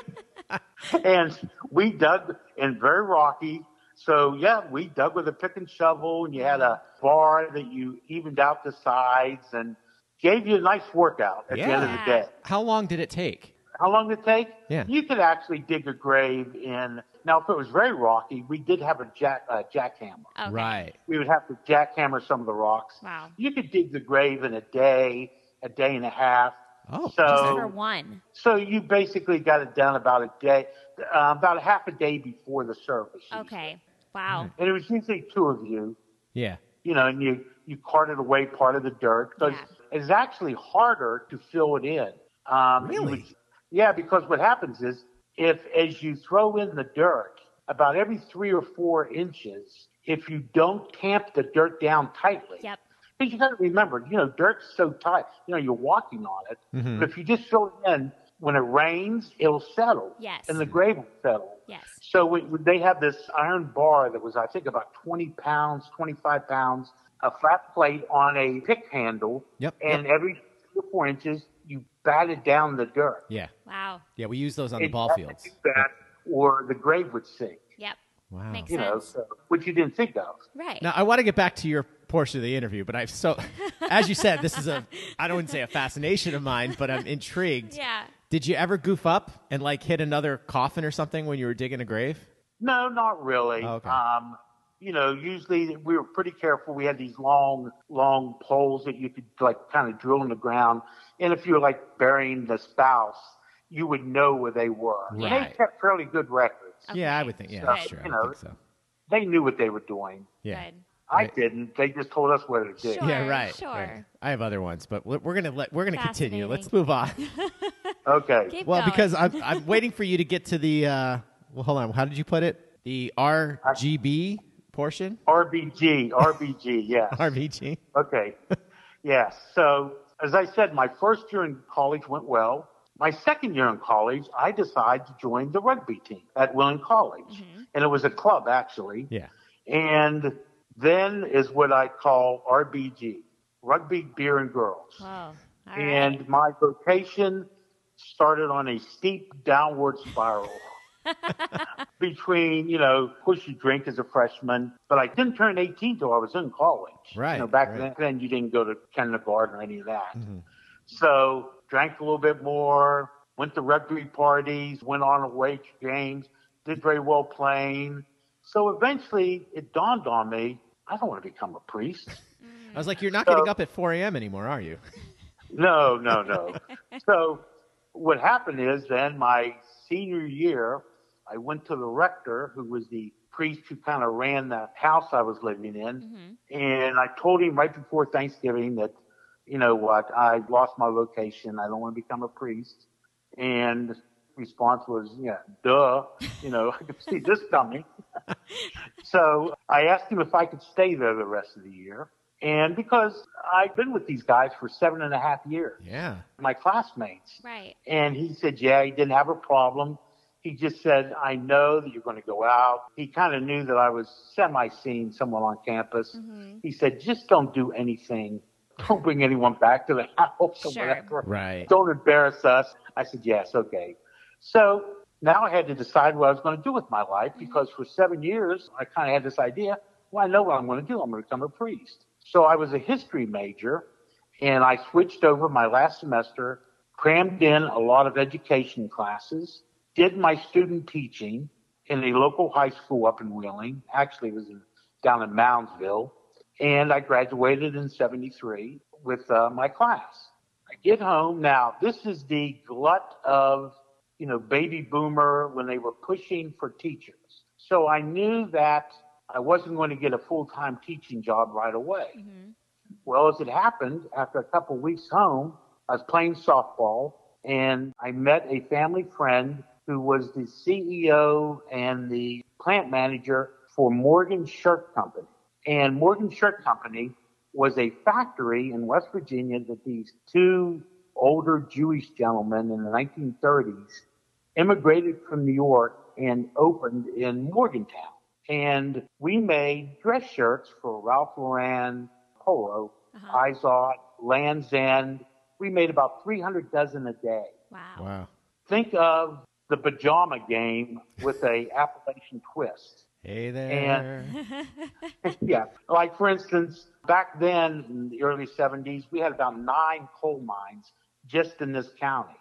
Speaker 8: and we dug and very rocky. So yeah, we dug with a pick and shovel, and you had a bar that you evened out the sides and gave you a nice workout at the end of the
Speaker 3: Yeah.
Speaker 8: day.
Speaker 4: how long did it take?
Speaker 8: How long did it take?
Speaker 4: Yeah.
Speaker 8: You could actually dig a grave in. Now, if it was very rocky, we did have a jack uh, jackhammer.
Speaker 3: Okay.
Speaker 4: Right.
Speaker 8: We would have to jackhammer some of the rocks.
Speaker 3: Wow.
Speaker 8: You could dig the grave in a day, a day and a half.
Speaker 4: Oh,
Speaker 3: Just for
Speaker 8: so
Speaker 3: one.
Speaker 8: so you basically got it done about a day, uh, about a half a day before the service.
Speaker 3: Okay. Wow.
Speaker 8: And it was usually two of you,
Speaker 4: Yeah.
Speaker 8: you know, and you you carted away part of the dirt because it's actually harder to fill it in. Um, you
Speaker 4: Really?
Speaker 8: would- yeah, because what happens is if as you throw in the dirt, about every three or four inches, if you don't tamp the dirt down tightly,
Speaker 3: Yep.
Speaker 8: because you got to remember, you know, dirt's so tight, you know, you're walking on it.
Speaker 4: Mm-hmm.
Speaker 8: But if you just fill it in, when it rains, it'll settle.
Speaker 3: Yes.
Speaker 8: And the grave will settle.
Speaker 3: Yes.
Speaker 8: So we, we- they have this iron bar that was, I think, about 20 pounds, 25 pounds, a flat plate on a pick handle.
Speaker 4: Yep,
Speaker 8: And every three or four inches, you batted down the dirt.
Speaker 4: Yeah.
Speaker 3: Wow.
Speaker 4: Yeah. We use those on the
Speaker 8: And
Speaker 4: ball
Speaker 8: you had to
Speaker 4: fields.
Speaker 8: do that, or the grave would sink,
Speaker 3: Yep.
Speaker 4: Wow.
Speaker 3: Makes
Speaker 8: you know,
Speaker 3: sense.
Speaker 8: so, which you didn't think of.
Speaker 3: Right.
Speaker 4: Now I want to get back to your portion of the interview, but I've so, as you said, this is a I don't say a fascination of mine, but I'm intrigued.
Speaker 3: Yeah.
Speaker 4: Did you ever goof up and like hit another coffin or something when you were digging a grave?
Speaker 8: No, not really.
Speaker 4: Oh, okay.
Speaker 8: Um, you know, usually we were pretty careful. We had these long, long poles that you could like kind of drill in the ground. And if you were like burying the spouse, you would know where they were. And They
Speaker 4: Right.
Speaker 8: kept fairly good records.
Speaker 4: Yeah, I
Speaker 3: Okay.
Speaker 4: would think. Yeah,
Speaker 3: So,
Speaker 4: that's true.
Speaker 8: you
Speaker 4: I would
Speaker 8: know,
Speaker 4: think so.
Speaker 8: They knew what they were doing.
Speaker 4: Yeah.
Speaker 3: Good.
Speaker 8: I didn't. They just told us what to do.
Speaker 3: Sure.
Speaker 4: Yeah, right.
Speaker 3: Sure.
Speaker 4: right. I have other ones, but we're we're gonna let we're gonna continue. Let's move on.
Speaker 8: Okay.
Speaker 3: Keep
Speaker 4: well,
Speaker 3: going.
Speaker 4: because I'm I'm waiting for you to get to the uh, well. Hold on. How did you put it? The RGB portion.
Speaker 8: RBG, RBG, yes.
Speaker 4: RBG.
Speaker 8: Okay. Yeah. So, as I said, my first year in college went well. My second year in college, I decided to join the rugby team at Willing College.
Speaker 3: Mm-hmm.
Speaker 8: And it was a club, actually.
Speaker 4: Yeah.
Speaker 8: And then is what I call RBG, Rugby Beer and Girls.
Speaker 3: Whoa. All right.
Speaker 8: and my vocation started on a steep downward spiral between, you know, of course you drink as a freshman, but I didn't turn 18 till I was in college.
Speaker 4: Right,
Speaker 8: You know, back
Speaker 4: right. Mm-hmm.
Speaker 8: then, then you didn't go to kindergarten or any of that. So drank a little bit more, went to rugby parties, went on away games, did very well playing. So eventually it dawned on me, I don't want to become a priest.
Speaker 4: I was like, you're not getting
Speaker 8: So-
Speaker 4: up at 4 a.m. anymore, are you?
Speaker 8: No, no, no. so what happened is then my senior year, I went to the rector, who was the priest who kind of ran the house I was living
Speaker 3: Mm-hmm.
Speaker 8: in, and I told him right before Thanksgiving that, you know what, I lost my vocation. I don't want to become a priest. And response was, yeah, duh. You know, I could see this coming. So I asked him if I could stay there the rest of the year. And because I've been with these guys for seven and a half years,
Speaker 4: Yeah.
Speaker 8: my classmates.
Speaker 3: Right.
Speaker 8: And he said, yeah, he didn't have a problem. He just said, I know that you're going to go out. He kind of
Speaker 3: Mm-hmm.
Speaker 8: knew that I was semi seeing someone on campus. He said, just don't do anything Don't bring anyone back to the house or
Speaker 3: Sure.
Speaker 8: whatever.
Speaker 4: Right.
Speaker 8: Don't embarrass us. I said, yes, okay. So now I had to decide what I was going to do with my life because for seven years, I kind of had this idea. Well, I know what I'm going to do. I'm going to become a priest. So I was a history major and I switched over my last semester, crammed in a lot of education classes, did my student teaching in a local high school up in Wheeling. Actually, it was in, down in Moundsville. And I graduated in 73 with uh, my class. I get home. Now, this is the glut of, you know, baby boomer when they were pushing for teachers. So I knew that I wasn't going to get a full time teaching job right away.
Speaker 3: Mm-hmm.
Speaker 8: Well, as it happened, after a couple weeks home, I was playing softball and I met a family friend who was the CEO and the plant manager for Morgan Shirt Company. And Morgan Shirt Company was a factory in West Virginia that these two older Jewish gentlemen in the 1930s immigrated from New York and opened in Morgantown. And we made dress shirts for Ralph Lauren, Polo,
Speaker 3: Uh-huh.
Speaker 8: Izod, Land's End. We made about 300 dozen a day.
Speaker 3: Wow.
Speaker 4: Wow.
Speaker 8: Think of the pajama game with a Appalachian twist.
Speaker 4: Hey there.
Speaker 8: yeah. Like, for instance, back then in the early 70s, we had about nine coal mines just in this county.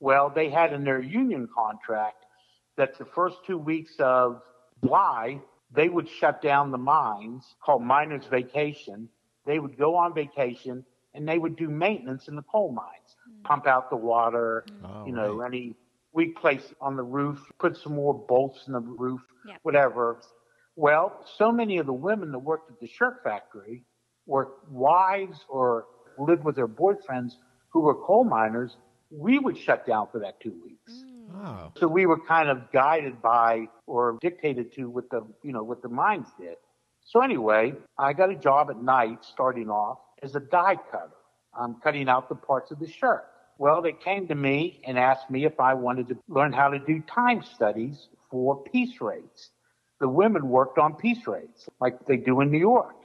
Speaker 8: Well, they had in their union contract that the first two weeks of July, they would shut down the mines called miners' vacation. They would go on vacation and they would do maintenance in the coal mines, pump out the water,
Speaker 4: Oh,
Speaker 8: you know,
Speaker 4: right.
Speaker 8: any weak place on the roof, put some more bolts in the roof,
Speaker 3: Yep.
Speaker 8: whatever. Well, so many of the women that worked at the shirt factory were wives or lived with their boyfriends who were coal miners. We would shut down for that two weeks.
Speaker 4: Oh.
Speaker 8: So we were kind of guided by or dictated to what the you know what the mines did. So anyway, I got a job at night starting off as a die cutter. I'm cutting out the parts of the shirt. Well, they came to me and asked me if I wanted to learn how to do time studies for piece rates. The women worked on piece rates like they do in New York.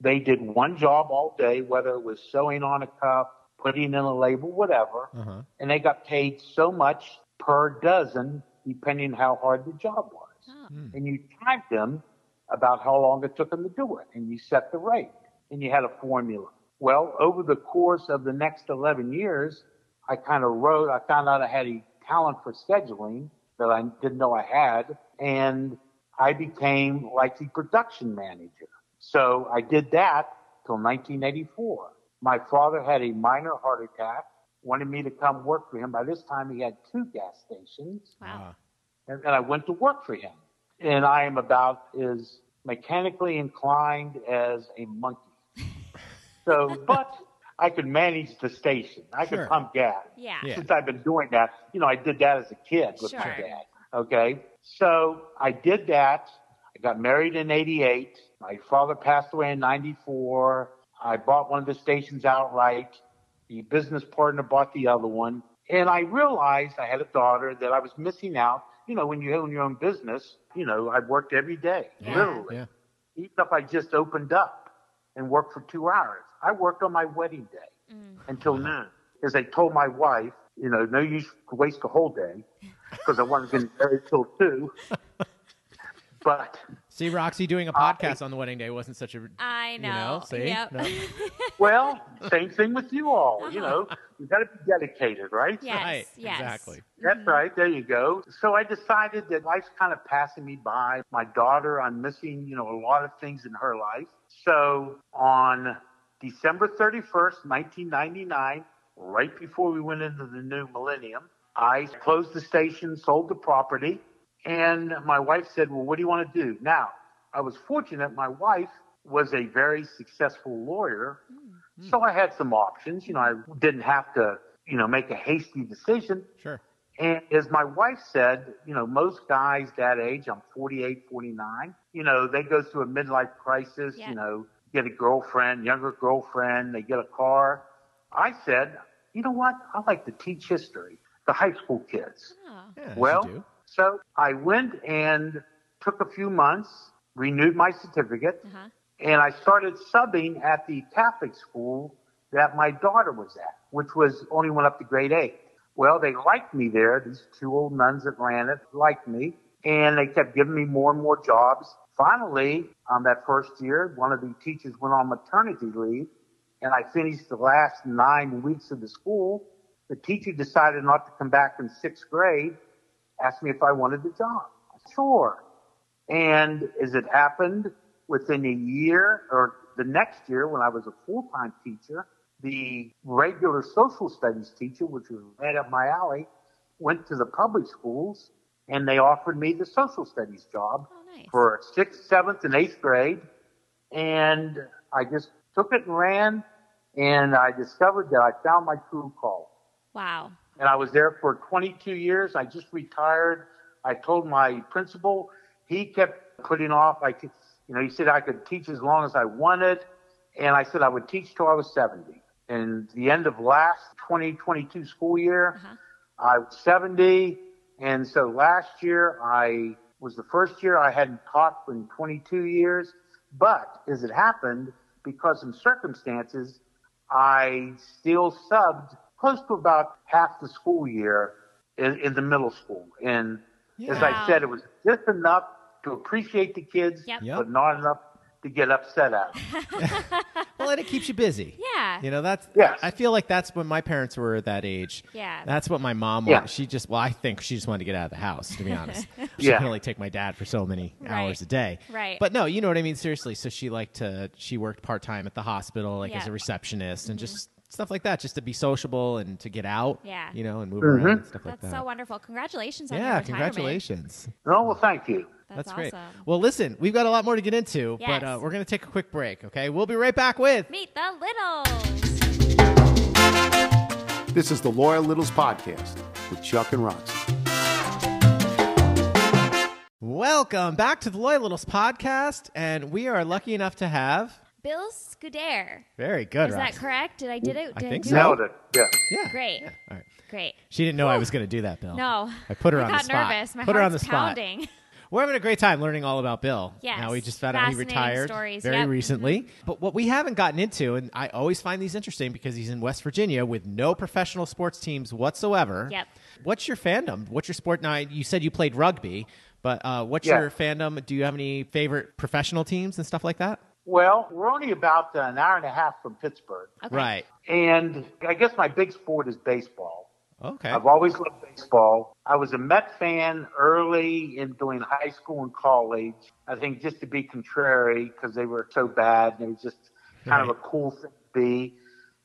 Speaker 8: They did one job all day, whether it was sewing on a cup, putting in a label, whatever
Speaker 4: Uh huh.
Speaker 8: and they got paid so much per dozen, depending how hard the job was.
Speaker 3: Oh.
Speaker 8: And you timed them about how long it took them to do it, and you set the rate, and you had a formula. Well, over the course of the next 11 years, I kind of wrote, I found out I had a talent for scheduling that I didn't know I had, and I became like the production manager. So I did that till 1984. My father had a minor heart attack, wanted me to come work for him. By this time, he had two gas stations
Speaker 3: Wow.
Speaker 8: and, and I went to work for him. And I am about as mechanically inclined as a monkey. so, but I could manage the station. I
Speaker 4: Sure.
Speaker 8: could pump gas.
Speaker 3: Yeah.
Speaker 4: Yeah.
Speaker 8: Since I've been doing that, you know, I did that as a kid with my
Speaker 3: Sure.
Speaker 8: dad. Okay. So I did that. I got married in 88. My father passed away in 94. I bought one of the stations outright. The business partner bought the other one. And I realized I had a daughter that I was missing out. You know, when you own your own business, you know, I worked every day, literally.
Speaker 4: Yeah.
Speaker 8: Even if I just opened up and worked for two hours, I worked on my wedding day until noon. As I told my wife, you know, no use to waste a whole day because I wasn't getting married till two. But
Speaker 4: See, Roxy
Speaker 8: Uh,
Speaker 4: doing a podcast on the wedding day wasn't such a.
Speaker 3: I
Speaker 4: you
Speaker 3: know.
Speaker 4: see?
Speaker 3: Yep.
Speaker 4: No.
Speaker 8: well, same thing with you all. You know, you got to be dedicated, right?
Speaker 3: Yes.
Speaker 4: right.
Speaker 3: Yes.
Speaker 4: Exactly.
Speaker 8: That's right. There you go. So I decided that life's kind of passing me by. My daughter, I'm missing, you know, a lot of things in her life. So on December 31st, 1999, right before we went into the new millennium, I closed the station, sold the property, and my wife said, Well, what do you want to do? Now, I was fortunate. My wife was a very successful lawyer. So I had some options. You know, I didn't have to, you know, make a hasty decision.
Speaker 4: Sure.
Speaker 8: And as my wife said, you know, most guys that age, I'm 48, 49, you know, they go through a midlife crisis,
Speaker 3: Yeah.
Speaker 8: you know, get a girlfriend, younger girlfriend, they get a car. I said, you know what? I like to teach history, the high school kids.
Speaker 3: Oh.
Speaker 4: Yeah, as you
Speaker 8: Well,
Speaker 4: do.
Speaker 8: so I went and took a few months, renewed my certificate,
Speaker 3: Uh-huh.
Speaker 8: And I started subbing at the Catholic school that my daughter was at, which was only went up to grade eight. Well, they liked me there. These two old nuns at Granite liked me and they kept giving me more and more jobs. Finally, um, that first year, one of the teachers went on maternity leave and I finished the last nine weeks of the school. The teacher decided not to come back in sixth grade, asked me if I wanted the job. Sure. And as it happened, within a year or the next year, when I was a full-time teacher, the regular social studies teacher, which was right up my alley, went to the public schools and they offered me the social studies job
Speaker 3: Oh, nice.
Speaker 8: for sixth, seventh, and eighth grade. And I just took it and ran. And I discovered that I found my true call.
Speaker 3: Wow.
Speaker 8: And I was there for 22 years. I just retired. I told my principal, he kept putting off. I could, you know, he said I could teach as long as I wanted. And I said I would teach till I was 70. And the end of last 2022 school year,
Speaker 3: Uh-huh.
Speaker 8: I was 70. And so last year I was the first year I hadn't taught in 22 years. But as it happened, because of circumstances, I still subbed close to about half the school year in, in the middle school. And as
Speaker 3: Wow.
Speaker 8: I said, it was just enough to appreciate the kids,
Speaker 3: Yep.
Speaker 4: Yep.
Speaker 8: but not enough to get upset at. 'em.
Speaker 4: Well, and it keeps you busy.
Speaker 3: Yeah.
Speaker 4: You know, that's,
Speaker 8: Yes.
Speaker 4: I feel like that's when my parents were that age.
Speaker 3: Yeah.
Speaker 4: That's what my mom
Speaker 8: Yeah.
Speaker 4: wanted. She just, well, I think she just wanted to get out of the house, to be honest. She
Speaker 8: Yeah.
Speaker 4: could only take my dad for so many
Speaker 3: Right.
Speaker 4: hours a day.
Speaker 3: Right.
Speaker 4: But no, you know what I mean? Seriously. So she liked to, she worked part time at the hospital, like as
Speaker 3: Yeah. Mm-hmm.
Speaker 4: a receptionist and just stuff like that, just to be sociable and to get out,
Speaker 3: Yeah.
Speaker 4: you know, and move around and stuff like
Speaker 3: That's
Speaker 4: that.
Speaker 3: so wonderful. Congratulations on your
Speaker 4: uh, yeah,
Speaker 3: retirement.
Speaker 4: congratulations.
Speaker 8: No, well, thank you.
Speaker 3: That's,
Speaker 4: great.
Speaker 3: awesome.
Speaker 4: Well, listen, we've got a lot more to get into,
Speaker 3: Yes.
Speaker 4: but uh, we're going to take a quick break, okay? We'll be right back with.
Speaker 3: Meet the Littles.
Speaker 9: This is the Loyal Littles Podcast with Chuck and Roxy.
Speaker 4: Welcome back to the Loyal Littles podcast, and we are lucky enough to have.
Speaker 3: Bill Scudere.
Speaker 4: Very good,
Speaker 3: Is that
Speaker 4: Roxy.
Speaker 3: correct?
Speaker 4: correct?
Speaker 3: Did I did it?
Speaker 4: I
Speaker 3: Did
Speaker 4: think
Speaker 3: do
Speaker 4: so.
Speaker 3: it?
Speaker 8: Nailed it. Yeah.
Speaker 4: Yeah.
Speaker 3: Great.
Speaker 4: Yeah. All right.
Speaker 3: Great.
Speaker 4: She didn't know I was going to do that, Bill.
Speaker 3: No.
Speaker 4: Oh. I put her
Speaker 3: I
Speaker 4: on
Speaker 3: got
Speaker 4: the spot.
Speaker 3: nervous. My
Speaker 4: put her on the
Speaker 3: heart's
Speaker 4: spot.
Speaker 3: pounding.
Speaker 4: We're having a great time learning all about Bill.
Speaker 3: Yes.
Speaker 4: Now we just found out he
Speaker 3: Fascinating
Speaker 4: retired
Speaker 3: stories.
Speaker 4: very
Speaker 3: Yep. Mm-hmm.
Speaker 4: recently. But what we haven't gotten into, and I always find these interesting because he's in West Virginia with no professional sports teams whatsoever.
Speaker 3: Yep.
Speaker 4: What's your fandom? What's your sport? Now you said you played rugby, but uh, what's
Speaker 8: Yeah.
Speaker 4: your fandom? Do you have any favorite professional teams and stuff like that?
Speaker 8: Well, we're only about an hour and a half from Pittsburgh.
Speaker 3: Okay.
Speaker 4: Right.
Speaker 8: And I guess my big sport is baseball.
Speaker 4: Okay.
Speaker 8: I've always loved baseball. I was a Met fan early in during high school and college. I think just to be contrary because they were so bad and it was just kind of a cool thing to be.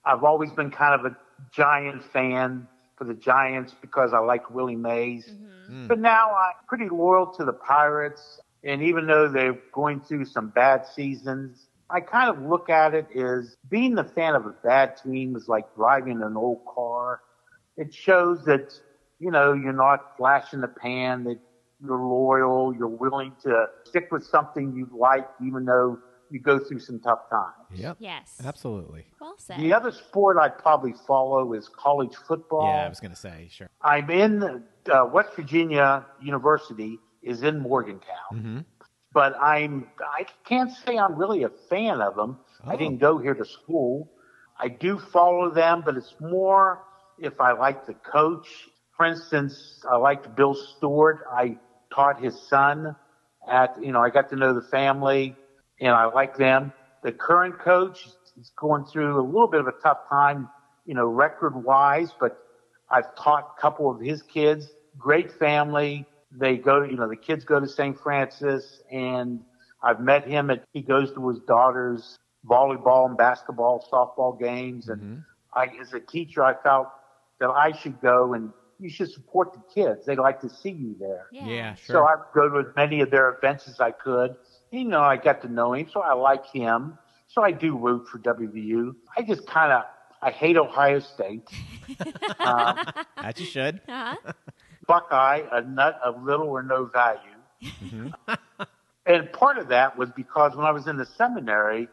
Speaker 8: I've always been kind of a Giant fan for the Giants because I liked Willie Mays.
Speaker 3: Mm-hmm.
Speaker 4: Mm.
Speaker 8: But now I'm pretty loyal to the Pirates. And even though they're going through some bad seasons, I kind of look at it as being the fan of a bad team is like driving an old car it shows that you know you're not flashing the pan that you're loyal you're willing to stick with something you like even though you go through some tough times
Speaker 4: Yep.
Speaker 3: Yes.
Speaker 4: Absolutely.
Speaker 3: Well said.
Speaker 8: the other sport i probably follow is college football
Speaker 4: Yeah, I was going to say, sure.
Speaker 8: i'm in uh, west virginia university is in morgantown
Speaker 4: Mhm.
Speaker 8: but i'm i can't say i'm really a fan of them
Speaker 4: Oh.
Speaker 8: i didn't go here to school i do follow them but it's more if i like the coach for instance i liked bill stewart i taught his son at you know i got to know the family and i like them the current coach is going through a little bit of a tough time you know record wise but I've taught a couple of his kids. Great family. They go, you know, the kids go to St. Francis, and I've met him at he goes to his daughter's volleyball and basketball, softball games,
Speaker 4: Mm-hmm.
Speaker 8: and I, as a teacher, I felt that I should go and you should support the kids. They like to see you there.
Speaker 3: Yeah.
Speaker 4: sure.
Speaker 8: So I would go to as many of their events as I could. You know, I got to know him, so I like him. So I do root for WVU. I just kind of I hate Ohio State. um,
Speaker 4: As you should.
Speaker 3: Uh-huh.
Speaker 8: Buckeye a nut of little or no value. and part of that was because when I was in the seminary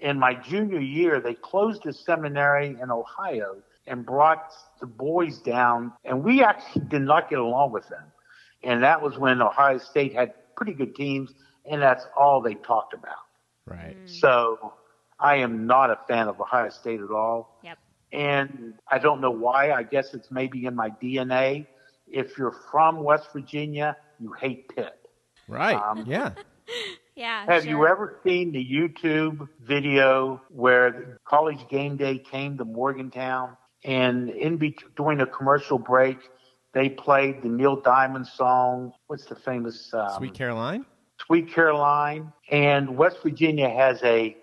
Speaker 8: in my junior year, they closed the seminary in Ohio and brought the boys down, and we actually did not get along with them. And that was when Ohio State had pretty good teams, and that's all they talked about.
Speaker 4: Right.
Speaker 3: Mm-hmm. Mm.
Speaker 8: So I am not a fan of Ohio State at all.
Speaker 3: Yep.
Speaker 8: And I don't know why. I guess it's maybe in my DNA. If you're from West Virginia, you hate Pitt.
Speaker 4: Right.
Speaker 8: Um,
Speaker 4: yeah.
Speaker 3: Yeah.
Speaker 8: Have you
Speaker 3: sure.
Speaker 8: ever seen the YouTube video where College Game Day came to Morgantown and in between during a commercial break, they played the Neil Diamond song. What's the famous um,
Speaker 4: Sweet Caroline.
Speaker 8: Sweet Caroline, and West Virginia has a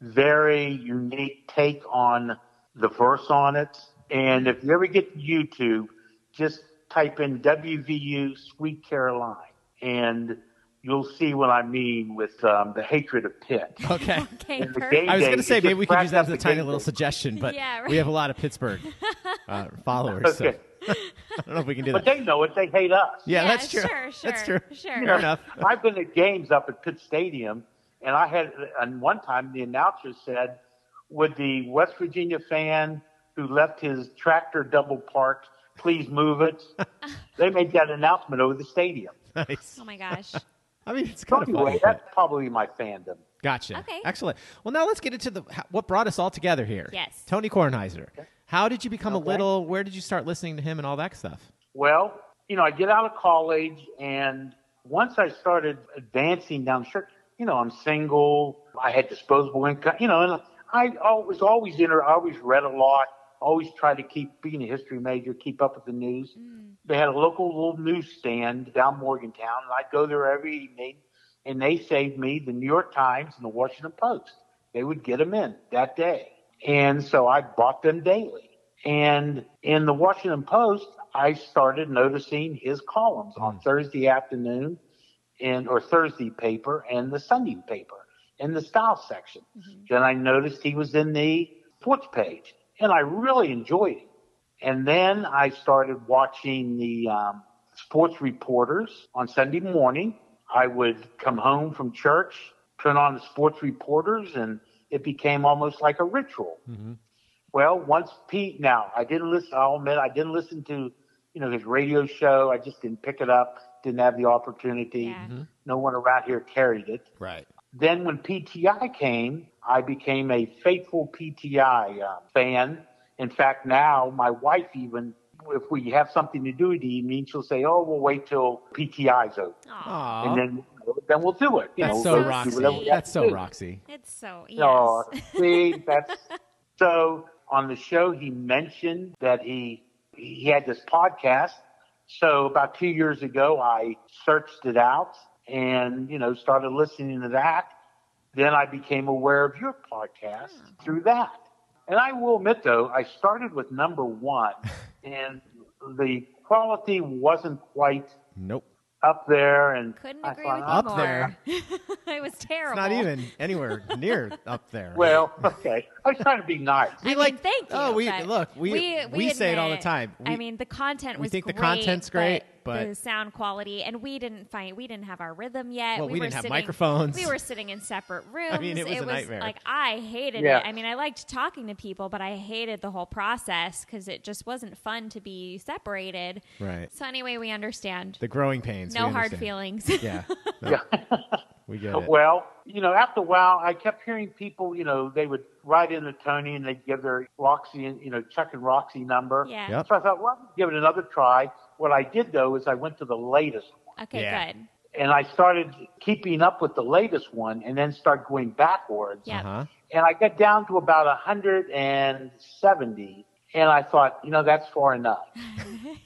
Speaker 8: very unique take on the verse on it. And if you ever get to YouTube, just type in WVU Sweet Caroline, and you'll see what I mean with um, the hatred of Pitt.
Speaker 4: Okay.
Speaker 3: Okay.
Speaker 8: the
Speaker 3: Perfect.
Speaker 8: game-
Speaker 4: I was
Speaker 8: Day,
Speaker 4: going to
Speaker 8: it's
Speaker 4: say
Speaker 8: just
Speaker 4: maybe we could
Speaker 8: wrapped
Speaker 4: use that
Speaker 8: up
Speaker 4: as a
Speaker 8: the
Speaker 4: tiny
Speaker 8: game
Speaker 4: little
Speaker 8: day.
Speaker 4: suggestion, but
Speaker 3: Yeah,
Speaker 4: we have a lot of Pittsburgh uh, followers,
Speaker 8: Okay.
Speaker 4: so I don't know if we can do
Speaker 8: But
Speaker 4: that.
Speaker 8: they know it; they hate us.
Speaker 4: yeah,
Speaker 3: Yeah,
Speaker 4: that's true.
Speaker 3: sure,
Speaker 4: That's true.
Speaker 3: sure, sure.
Speaker 4: Fair enough.
Speaker 8: I've been at games up at Pitt Stadium, and I had, and one time the announcer said, "Would the West Virginia fan who left his tractor double parked please move it?" they made that announcement over the stadium.
Speaker 4: Nice.
Speaker 3: Oh my gosh.
Speaker 4: I mean, it's kind of
Speaker 8: Anyway,
Speaker 4: funny.
Speaker 8: that's
Speaker 4: but-
Speaker 8: probably my fandom.
Speaker 4: Gotcha.
Speaker 3: Okay.
Speaker 4: Excellent. Well, now let's get into the how- what brought us all together here.
Speaker 3: Yes.
Speaker 4: Tony Kornheiser. How did you become a
Speaker 8: Okay.
Speaker 4: little? Where did you start listening to him and all that stuff?
Speaker 8: Well, you know, I get out of college, and once I started advancing down, sure, you know, I'm single. I had disposable income, you know, and I al- was always inter. I always read a lot. Always tried to keep being a history major, keep up with the news. They had a local little newsstand down Morgantown, and I'd go there every evening. And they saved me the New York Times and the Washington Post. They would get them in that day, and so I bought them daily. And in the Washington Post, I started noticing his columns on Thursday afternoon in or Thursday paper and the Sunday paper in the style section. Then I noticed he was in the sports page and I really enjoyed it. And then I started watching the um, sports reporters on Sunday morning. I would come home from church, turn on the sports reporters, and it became almost like a ritual. Well, once Pete, now I didn't listen. I'll admit I didn't listen to, you know, his radio show. I just didn't pick it up. Didn't have the opportunity.
Speaker 3: Yeah.
Speaker 8: No one around here carried it.
Speaker 4: Right.
Speaker 8: Then when PTI came, I became a faithful PTI uh, fan. In fact, now my wife even, if we have something to do the evening, she'll say, "Oh, we'll wait till PTI's over,
Speaker 3: Aw.
Speaker 4: Aw.
Speaker 8: and then then we'll do it." You
Speaker 4: Oh. That's
Speaker 8: know,
Speaker 4: so
Speaker 8: we'll do
Speaker 3: Roxy.
Speaker 8: whatever we
Speaker 4: Roxy.
Speaker 8: have
Speaker 4: That's
Speaker 8: to
Speaker 4: so
Speaker 8: do.
Speaker 4: Roxy.
Speaker 3: It's so yes.
Speaker 8: Oh, see, that's so. On the show, he mentioned that he he had this podcast. So about two years ago, I searched it out and you know started listening to that. Then I became aware of your podcast
Speaker 3: Hmm.
Speaker 8: through that. And I will admit though, I started with number one, and the quality wasn't quite
Speaker 4: Nope.
Speaker 8: up there. And
Speaker 3: Couldn't
Speaker 8: I
Speaker 3: agree
Speaker 8: thought,
Speaker 3: with you
Speaker 4: Up
Speaker 3: more.
Speaker 4: there.
Speaker 3: it was terrible.
Speaker 4: It's not even anywhere near up there.
Speaker 8: Well, okay, I was trying to be nice.
Speaker 4: We
Speaker 3: I mean,
Speaker 4: like-
Speaker 3: thank you.
Speaker 4: oh, we-
Speaker 3: but
Speaker 4: look, we- we say it all the
Speaker 3: admit-
Speaker 4: time. We-
Speaker 3: I mean, the content
Speaker 4: we
Speaker 3: was
Speaker 4: think the
Speaker 3: great,
Speaker 4: content's great, but-
Speaker 3: the sound quality, and we didn't find we didn't have our rhythm yet.
Speaker 4: Well, we
Speaker 3: were
Speaker 4: didn't have
Speaker 3: sitting-
Speaker 4: microphones.
Speaker 3: We were sitting in separate rooms.
Speaker 4: mean, it was a nightmare.
Speaker 3: Like I hated
Speaker 8: Yeah.
Speaker 3: it. I mean, I liked talking to people, but I hated the whole process because it just wasn't fun to be separated.
Speaker 4: Right.
Speaker 3: So anyway, we understand.
Speaker 4: The growing pains.
Speaker 3: no
Speaker 4: we
Speaker 3: hard
Speaker 4: understand.
Speaker 3: feelings.
Speaker 4: Yeah. No. We get it.
Speaker 8: Well, you know, after a while, I kept hearing people, you know, they would write in to Tony and they'd give their Roxy, and you know, Chuck and Roxy number.
Speaker 3: yeah.
Speaker 4: Yep.
Speaker 8: So I thought, well, I'll give it another try. What I did though is I went to the latest one
Speaker 3: Okay.
Speaker 4: Yeah.
Speaker 3: Good.
Speaker 8: and I started keeping up with the latest one and then start going backwards.
Speaker 3: Yeah.
Speaker 4: Uh-huh.
Speaker 8: And I got down to about 170 and I thought, you know, that's far enough.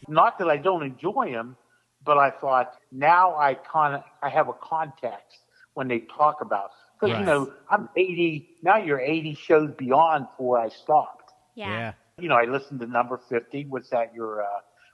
Speaker 8: Not that I don't enjoy them, but I thought now I con I have a context when they talk about because
Speaker 4: Right.
Speaker 8: you know I'm 80 now. You're 80 shows beyond where I stopped.
Speaker 3: Yeah.
Speaker 8: You know, I listened to number 50. What's that? Your uh,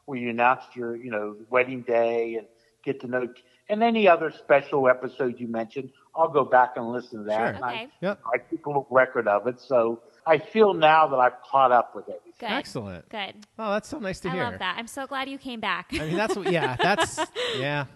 Speaker 8: where you announced your you know wedding day and get to know and any other special episode you mentioned. I'll go back and listen to that.
Speaker 4: Sure.
Speaker 8: And I-
Speaker 3: Okay.
Speaker 4: Yep.
Speaker 8: I keep a little record of it, so I feel now that I've caught up with everything.
Speaker 3: Good.
Speaker 4: Excellent.
Speaker 3: Good.
Speaker 4: Oh, that's so nice to
Speaker 3: I
Speaker 4: hear.
Speaker 3: love that. I'm so glad you came back.
Speaker 4: I mean, that's what, yeah, that's, yeah.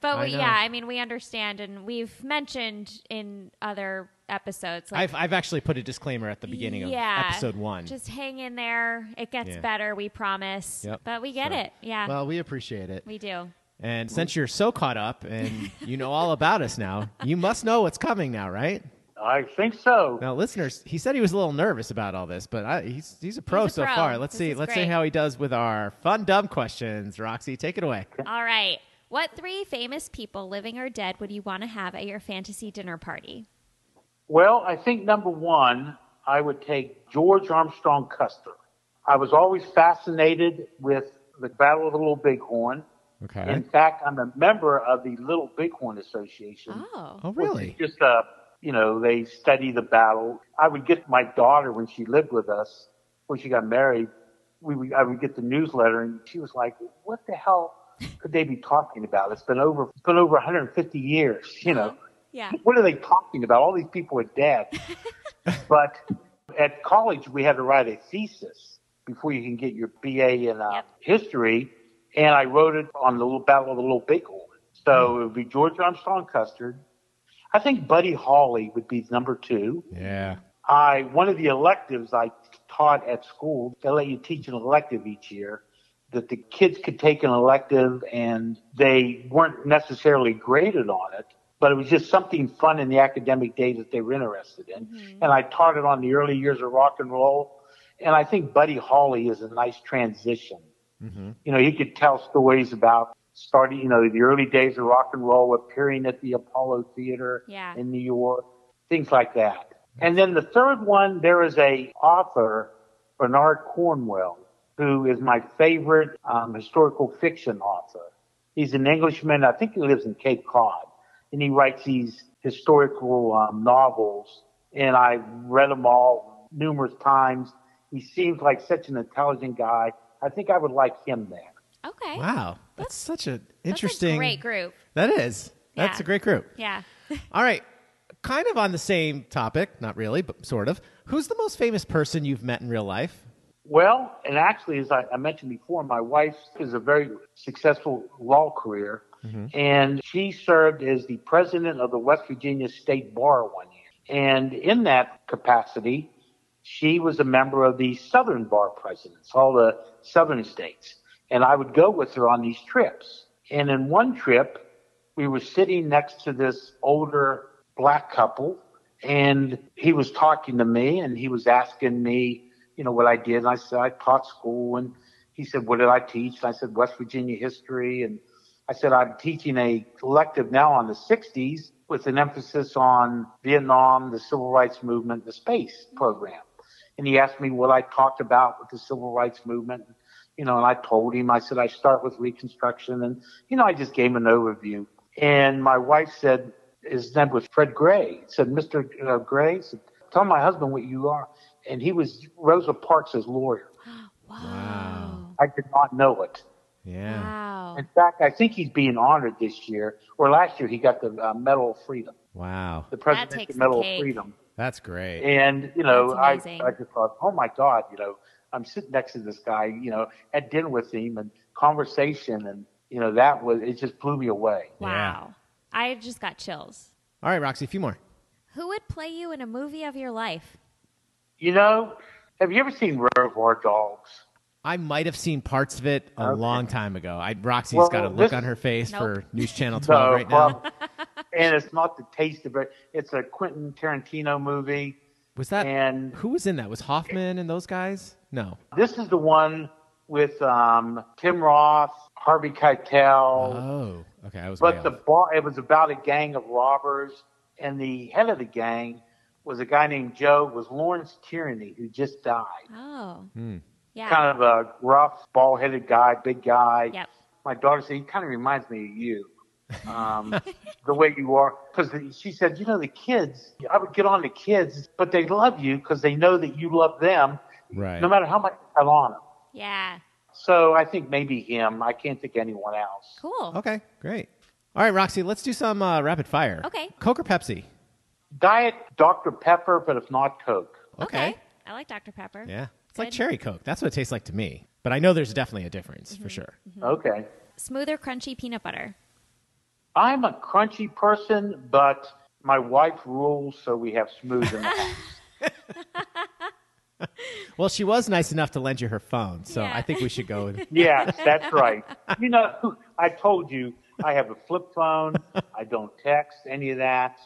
Speaker 3: But
Speaker 4: I
Speaker 3: we,
Speaker 4: know.
Speaker 3: yeah, I mean, we understand, and we've mentioned in other episodes. Like,
Speaker 4: I've, I've actually put a disclaimer at the beginning
Speaker 3: yeah,
Speaker 4: of episode one.
Speaker 3: Just hang in there; it gets
Speaker 4: Yeah.
Speaker 3: better. We promise.
Speaker 4: Yep.
Speaker 3: But we get
Speaker 4: So-
Speaker 3: it. Yeah,
Speaker 4: Well, we appreciate it.
Speaker 3: we do.
Speaker 4: And since you're so caught up and you know all about us now, you must know what's coming now, right?
Speaker 8: I think so.
Speaker 4: Now, listeners, he said he was a little nervous about all this, but I, he's he's a pro
Speaker 3: He's a
Speaker 4: so
Speaker 3: pro.
Speaker 4: far. Let's
Speaker 3: This
Speaker 4: see,
Speaker 3: is
Speaker 4: let's see
Speaker 3: great.
Speaker 4: how he does with our fun dumb questions. Roxy, take it away.
Speaker 3: All right. What three famous people, living or dead, would you want to have at your fantasy dinner party?
Speaker 8: Well, I think number one, I would take George Armstrong Custer. I was always fascinated with the Battle of the Little Bighorn.
Speaker 4: Okay.
Speaker 8: In fact, I'm a member of the Little Bighorn Association.
Speaker 3: Oh.
Speaker 4: Oh, really?
Speaker 8: Which is just uh, you know, they study the battle. I would get my daughter when she lived with us, when she got married, we would, I would get the newsletter and she was like, what the hell could they be talking about? It's been over, it's been over 150 years, you know.
Speaker 3: Yeah.
Speaker 8: What are they talking about? All these people are dead. but at college, we had to write a thesis before you can get your BA in uh,
Speaker 3: Yep.
Speaker 8: history. And I wrote it on the little Battle of the Little Bighorn. So
Speaker 3: Mm-hmm.
Speaker 8: it would be George Armstrong Custard. I think Buddy Holly would be number two.
Speaker 4: Yeah.
Speaker 8: I one of the electives I taught at school. They let you teach an elective each year that the kids could take an elective and they weren't necessarily graded on it, but it was just something fun in the academic day that they were interested in.
Speaker 3: Mm-hmm.
Speaker 8: And I taught it on the early years of rock and roll. And I think Buddy Holly is a nice transition. You know, he could tell stories about starting, you know, the early days of rock and roll, appearing at the Apollo Theater
Speaker 3: Yeah.
Speaker 8: in New York, things like that. And then the third one, there is a author, Bernard Cornwell, who is my favorite um, historical fiction author. He's an Englishman. I think he lives in Cape Cod, and he writes these historical um, novels. And I've read them all numerous times. He seems like such an intelligent guy. I think I would like him there.
Speaker 3: Okay.
Speaker 4: Wow. That's such an
Speaker 3: That's a
Speaker 4: interesting.
Speaker 3: great group.
Speaker 4: That is. That's
Speaker 3: Yeah.
Speaker 4: a great group.
Speaker 3: Yeah.
Speaker 4: All right. Kind of on the same topic, not really, but sort of. Who's the most famous person you've met in real life?
Speaker 8: Well, and actually, as I, I mentioned before, my wife is a very successful law career, and she served as the president of the West Virginia State Bar one year. And in that capacity, she was a member of the Southern Bar presidents, all the Southern states. And I would go with her on these trips. And in one trip, we were sitting next to this older black couple and he was talking to me and he was asking me, you know, what I did. And I said, I taught school. And he said, what did I teach? And I said, West Virginia history. And I said, I'm teaching a collective now on the 60s with an emphasis on Vietnam, the civil rights movement, the space program. And he asked me what I talked about with the civil rights movement. You know, and I told him, I said, I start with Reconstruction. And, you know, I just gave him an overview. And my wife said, his name was Fred Gray. Said, Mr. Uh, Gray, said, tell my husband what you are. And he was Rosa Parks' lawyer.
Speaker 3: Wow.
Speaker 8: I did not know it. Uh,
Speaker 4: Yeah.
Speaker 3: Wow.
Speaker 8: In fact, I think he's being honored this year, or last year he got the uh, Medal of Freedom,
Speaker 4: Wow.
Speaker 8: the
Speaker 3: takes
Speaker 8: Presidential
Speaker 3: the
Speaker 8: Medal
Speaker 3: cake.
Speaker 8: of Freedom.
Speaker 4: That's great.
Speaker 8: And you know,
Speaker 3: That's
Speaker 8: I
Speaker 3: amazing.
Speaker 8: I just thought, oh my God, you know, I'm sitting next to this guy, you know, at dinner with him and conversation, and you know, that was it just blew me away.
Speaker 3: Wow. I just got chills.
Speaker 4: All right, Roxy, a few more.
Speaker 3: Who would play you in a movie of your life?
Speaker 8: You know, have you ever seen Reservoir Dogs?
Speaker 4: I might have seen parts of it a
Speaker 8: Okay.
Speaker 4: long time ago. I, Roxy's
Speaker 8: Well,
Speaker 4: got a look
Speaker 8: this-
Speaker 4: on her face
Speaker 3: Nope.
Speaker 4: for News Channel 12 right now.
Speaker 8: well, and it's not the taste of it. It's a Quentin Tarantino movie.
Speaker 4: Was that
Speaker 8: And-
Speaker 4: who was in that? Was Hoffman and those guys? No.
Speaker 8: This is the one with um, Tim Roth, Harvey Keitel.
Speaker 4: Oh, okay. I was. way
Speaker 8: But the
Speaker 4: off.
Speaker 8: bar, it was about a gang of robbers, and the head of the gang was a guy named Joe, was Lawrence Tierney, who just died.
Speaker 3: Oh.
Speaker 4: Hmm.
Speaker 3: Yeah.
Speaker 8: Kind of a rough, bald headed guy, big guy.
Speaker 3: Yep.
Speaker 8: My daughter said, he kind of reminds me of you, um, the way you are. Because she said, you know, the kids, I would get on the kids, but they love you because they know that you love them,
Speaker 4: right.
Speaker 8: no matter how much I got on them.
Speaker 3: Yeah.
Speaker 8: So I think maybe him. I can't think anyone else.
Speaker 3: Cool.
Speaker 4: okay. Great. All right, Roxy. Let's do some uh, rapid fire.
Speaker 3: Okay.
Speaker 4: Coke or Pepsi?
Speaker 8: Diet Dr. Pepper, but if not Coke.
Speaker 4: Okay.
Speaker 3: I like Dr. Pepper.
Speaker 4: Yeah. It's like
Speaker 3: Good. Mm-hmm.
Speaker 4: cherry Coke. That's what it tastes like to me. But I know there's definitely a difference for sure.
Speaker 8: Okay.
Speaker 3: Smooth or crunchy peanut butter?
Speaker 8: I'm a crunchy person, but my wife rules, so we have smooth in the house.
Speaker 4: Well, she was nice enough to lend you her phone, so
Speaker 3: Yeah.
Speaker 4: I think we should go. With,
Speaker 8: Yes, that's right. You know, I told you I have a flip phone. I don't text any of that.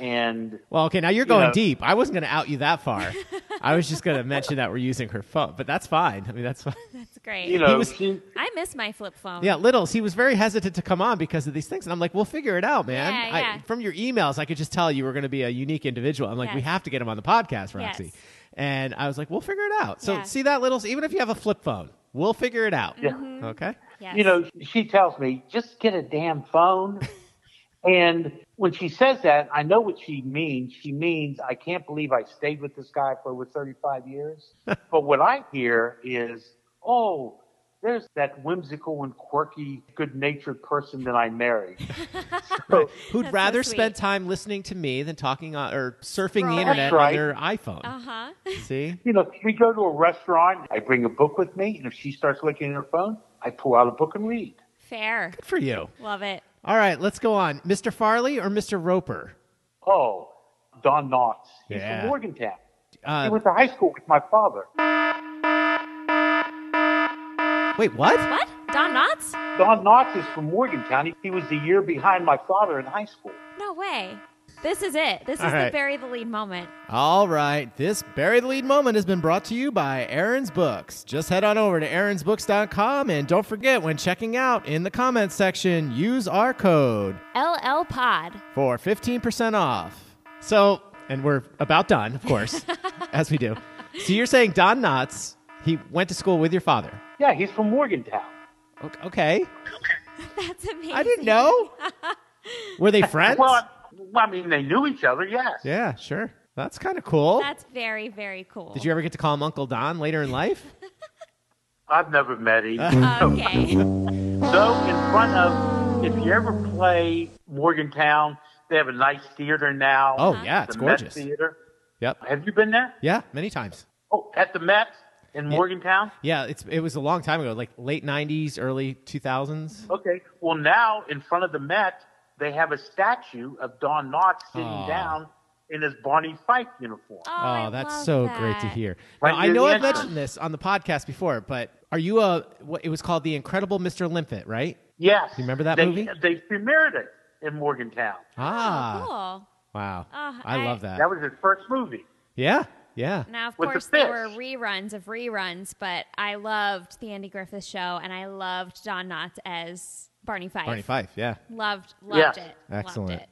Speaker 8: and
Speaker 4: Well, okay, now you're going
Speaker 8: know-
Speaker 4: deep. I wasn't going to out you that far. I was just going to mention that we're using her phone, but that's fine. I mean, that's fine.
Speaker 3: That's great.
Speaker 8: you know
Speaker 4: was-
Speaker 8: she
Speaker 3: I miss my flip phone.
Speaker 4: Yeah, Littles, he was very hesitant to come on because of these things. And I'm like, we'll figure it out, man.
Speaker 3: Yeah,
Speaker 4: I,
Speaker 3: yeah.
Speaker 4: From your emails, I could just tell you were going to be a unique individual. I'm like, we
Speaker 3: Yes.
Speaker 4: have to get him on the podcast, Roxy.
Speaker 3: Yes.
Speaker 4: And I was like, we'll figure it out. So
Speaker 3: Yeah.
Speaker 4: see that, Littles? Even if you have a flip phone, we'll figure it out.
Speaker 8: Yeah.
Speaker 3: Mm-hmm.
Speaker 4: Okay?
Speaker 3: Yes.
Speaker 8: you know she tells me just get a damn phone and when she says that i know what she means she means i can't believe i stayed with this guy for over 35 years but what i hear is oh there's that whimsical and quirky good-natured person that i married so,
Speaker 4: Who'd
Speaker 3: That's so
Speaker 4: rather
Speaker 3: sweet.
Speaker 4: spend time listening to me than talking on, or surfing
Speaker 3: Scrolling.
Speaker 4: the internet
Speaker 8: That's right.
Speaker 4: on their iPhone?
Speaker 3: Uh huh.
Speaker 4: See?
Speaker 8: you know if we go to a restaurant i bring a book with me and if she starts looking at her phone i pull out a book and read
Speaker 3: Fair.
Speaker 4: Good for you.
Speaker 3: Love it.
Speaker 4: All right, let's go on. Mr. Farley or Mr. Roper?
Speaker 8: oh don knotts he's
Speaker 4: Yeah.
Speaker 8: from morgantown he
Speaker 4: Uh,
Speaker 8: went to high school with my father
Speaker 4: wait, what?
Speaker 3: What? Don Knotts?
Speaker 8: Don Knox is from Morgantown. He, he was the year behind my father in high school.
Speaker 3: No way. This is it. This
Speaker 4: All
Speaker 3: is
Speaker 4: right.
Speaker 3: the bury the lead moment.
Speaker 4: All right, this Bury the Lead moment has been brought to you by Aaron's Books. Just head on over to aaronsbooks.com and don't forget when checking out in the comments section, use our code
Speaker 3: LL Pod.
Speaker 4: for 15% off. So, and we're about done, of course, as we do. So you're saying Don Knotts, he went to school with your father.
Speaker 8: Yeah, he's from Morgantown.
Speaker 4: O- Okay.
Speaker 3: That's amazing.
Speaker 4: I didn't know. Were they friends?
Speaker 8: Well, uh, I- well, I mean, they knew each other, yes.
Speaker 4: Yeah, sure. That's kind of cool.
Speaker 3: That's very, very cool.
Speaker 4: Did you ever get to call him Uncle Don later in life?
Speaker 8: I've never met him.
Speaker 3: Okay. Oh,
Speaker 8: Though, in front of, if you ever play Morgantown, they have a nice theater now.
Speaker 4: Oh, yeah, it's
Speaker 8: the
Speaker 4: gorgeous.
Speaker 8: Met theater.
Speaker 4: Yep.
Speaker 8: Have you been there?
Speaker 4: Yeah, many times.
Speaker 8: Oh, at the Met in Morgantown?
Speaker 4: Yeah, it's it was a long time ago, like late '90s, early 2000s.
Speaker 8: Okay. Well, now in front of the Met, they have a statue of Don Knotts sitting
Speaker 4: Aw.
Speaker 8: down in his Barney Fife uniform.
Speaker 3: Oh,
Speaker 4: Oh,
Speaker 3: I
Speaker 4: that's
Speaker 3: love
Speaker 4: so
Speaker 3: that.
Speaker 4: great to hear.
Speaker 8: Right
Speaker 4: now, I
Speaker 8: near
Speaker 4: know
Speaker 8: the
Speaker 4: I've
Speaker 8: entrance.
Speaker 4: mentioned this on the podcast before, but are you a? What, it was called the Incredible Mr. Limpet, right?
Speaker 8: Yes.
Speaker 4: You remember that
Speaker 8: they,
Speaker 4: movie?
Speaker 8: They premiered it in Morgantown.
Speaker 4: Ah,
Speaker 3: Oh, cool.
Speaker 4: wow,
Speaker 3: Oh,
Speaker 4: I,
Speaker 3: I-
Speaker 4: love that.
Speaker 8: That was his first movie.
Speaker 4: yeah, yeah.
Speaker 3: Now, of
Speaker 8: With the
Speaker 3: course, there were
Speaker 8: fish.
Speaker 3: reruns of reruns, but I loved the Andy Griffith Show, and I loved Don Knotts as Barney Fife.
Speaker 4: Barney Fife, yeah,
Speaker 3: Loved, loved
Speaker 8: Yeah.
Speaker 3: it.
Speaker 4: excellent.
Speaker 3: Loved it.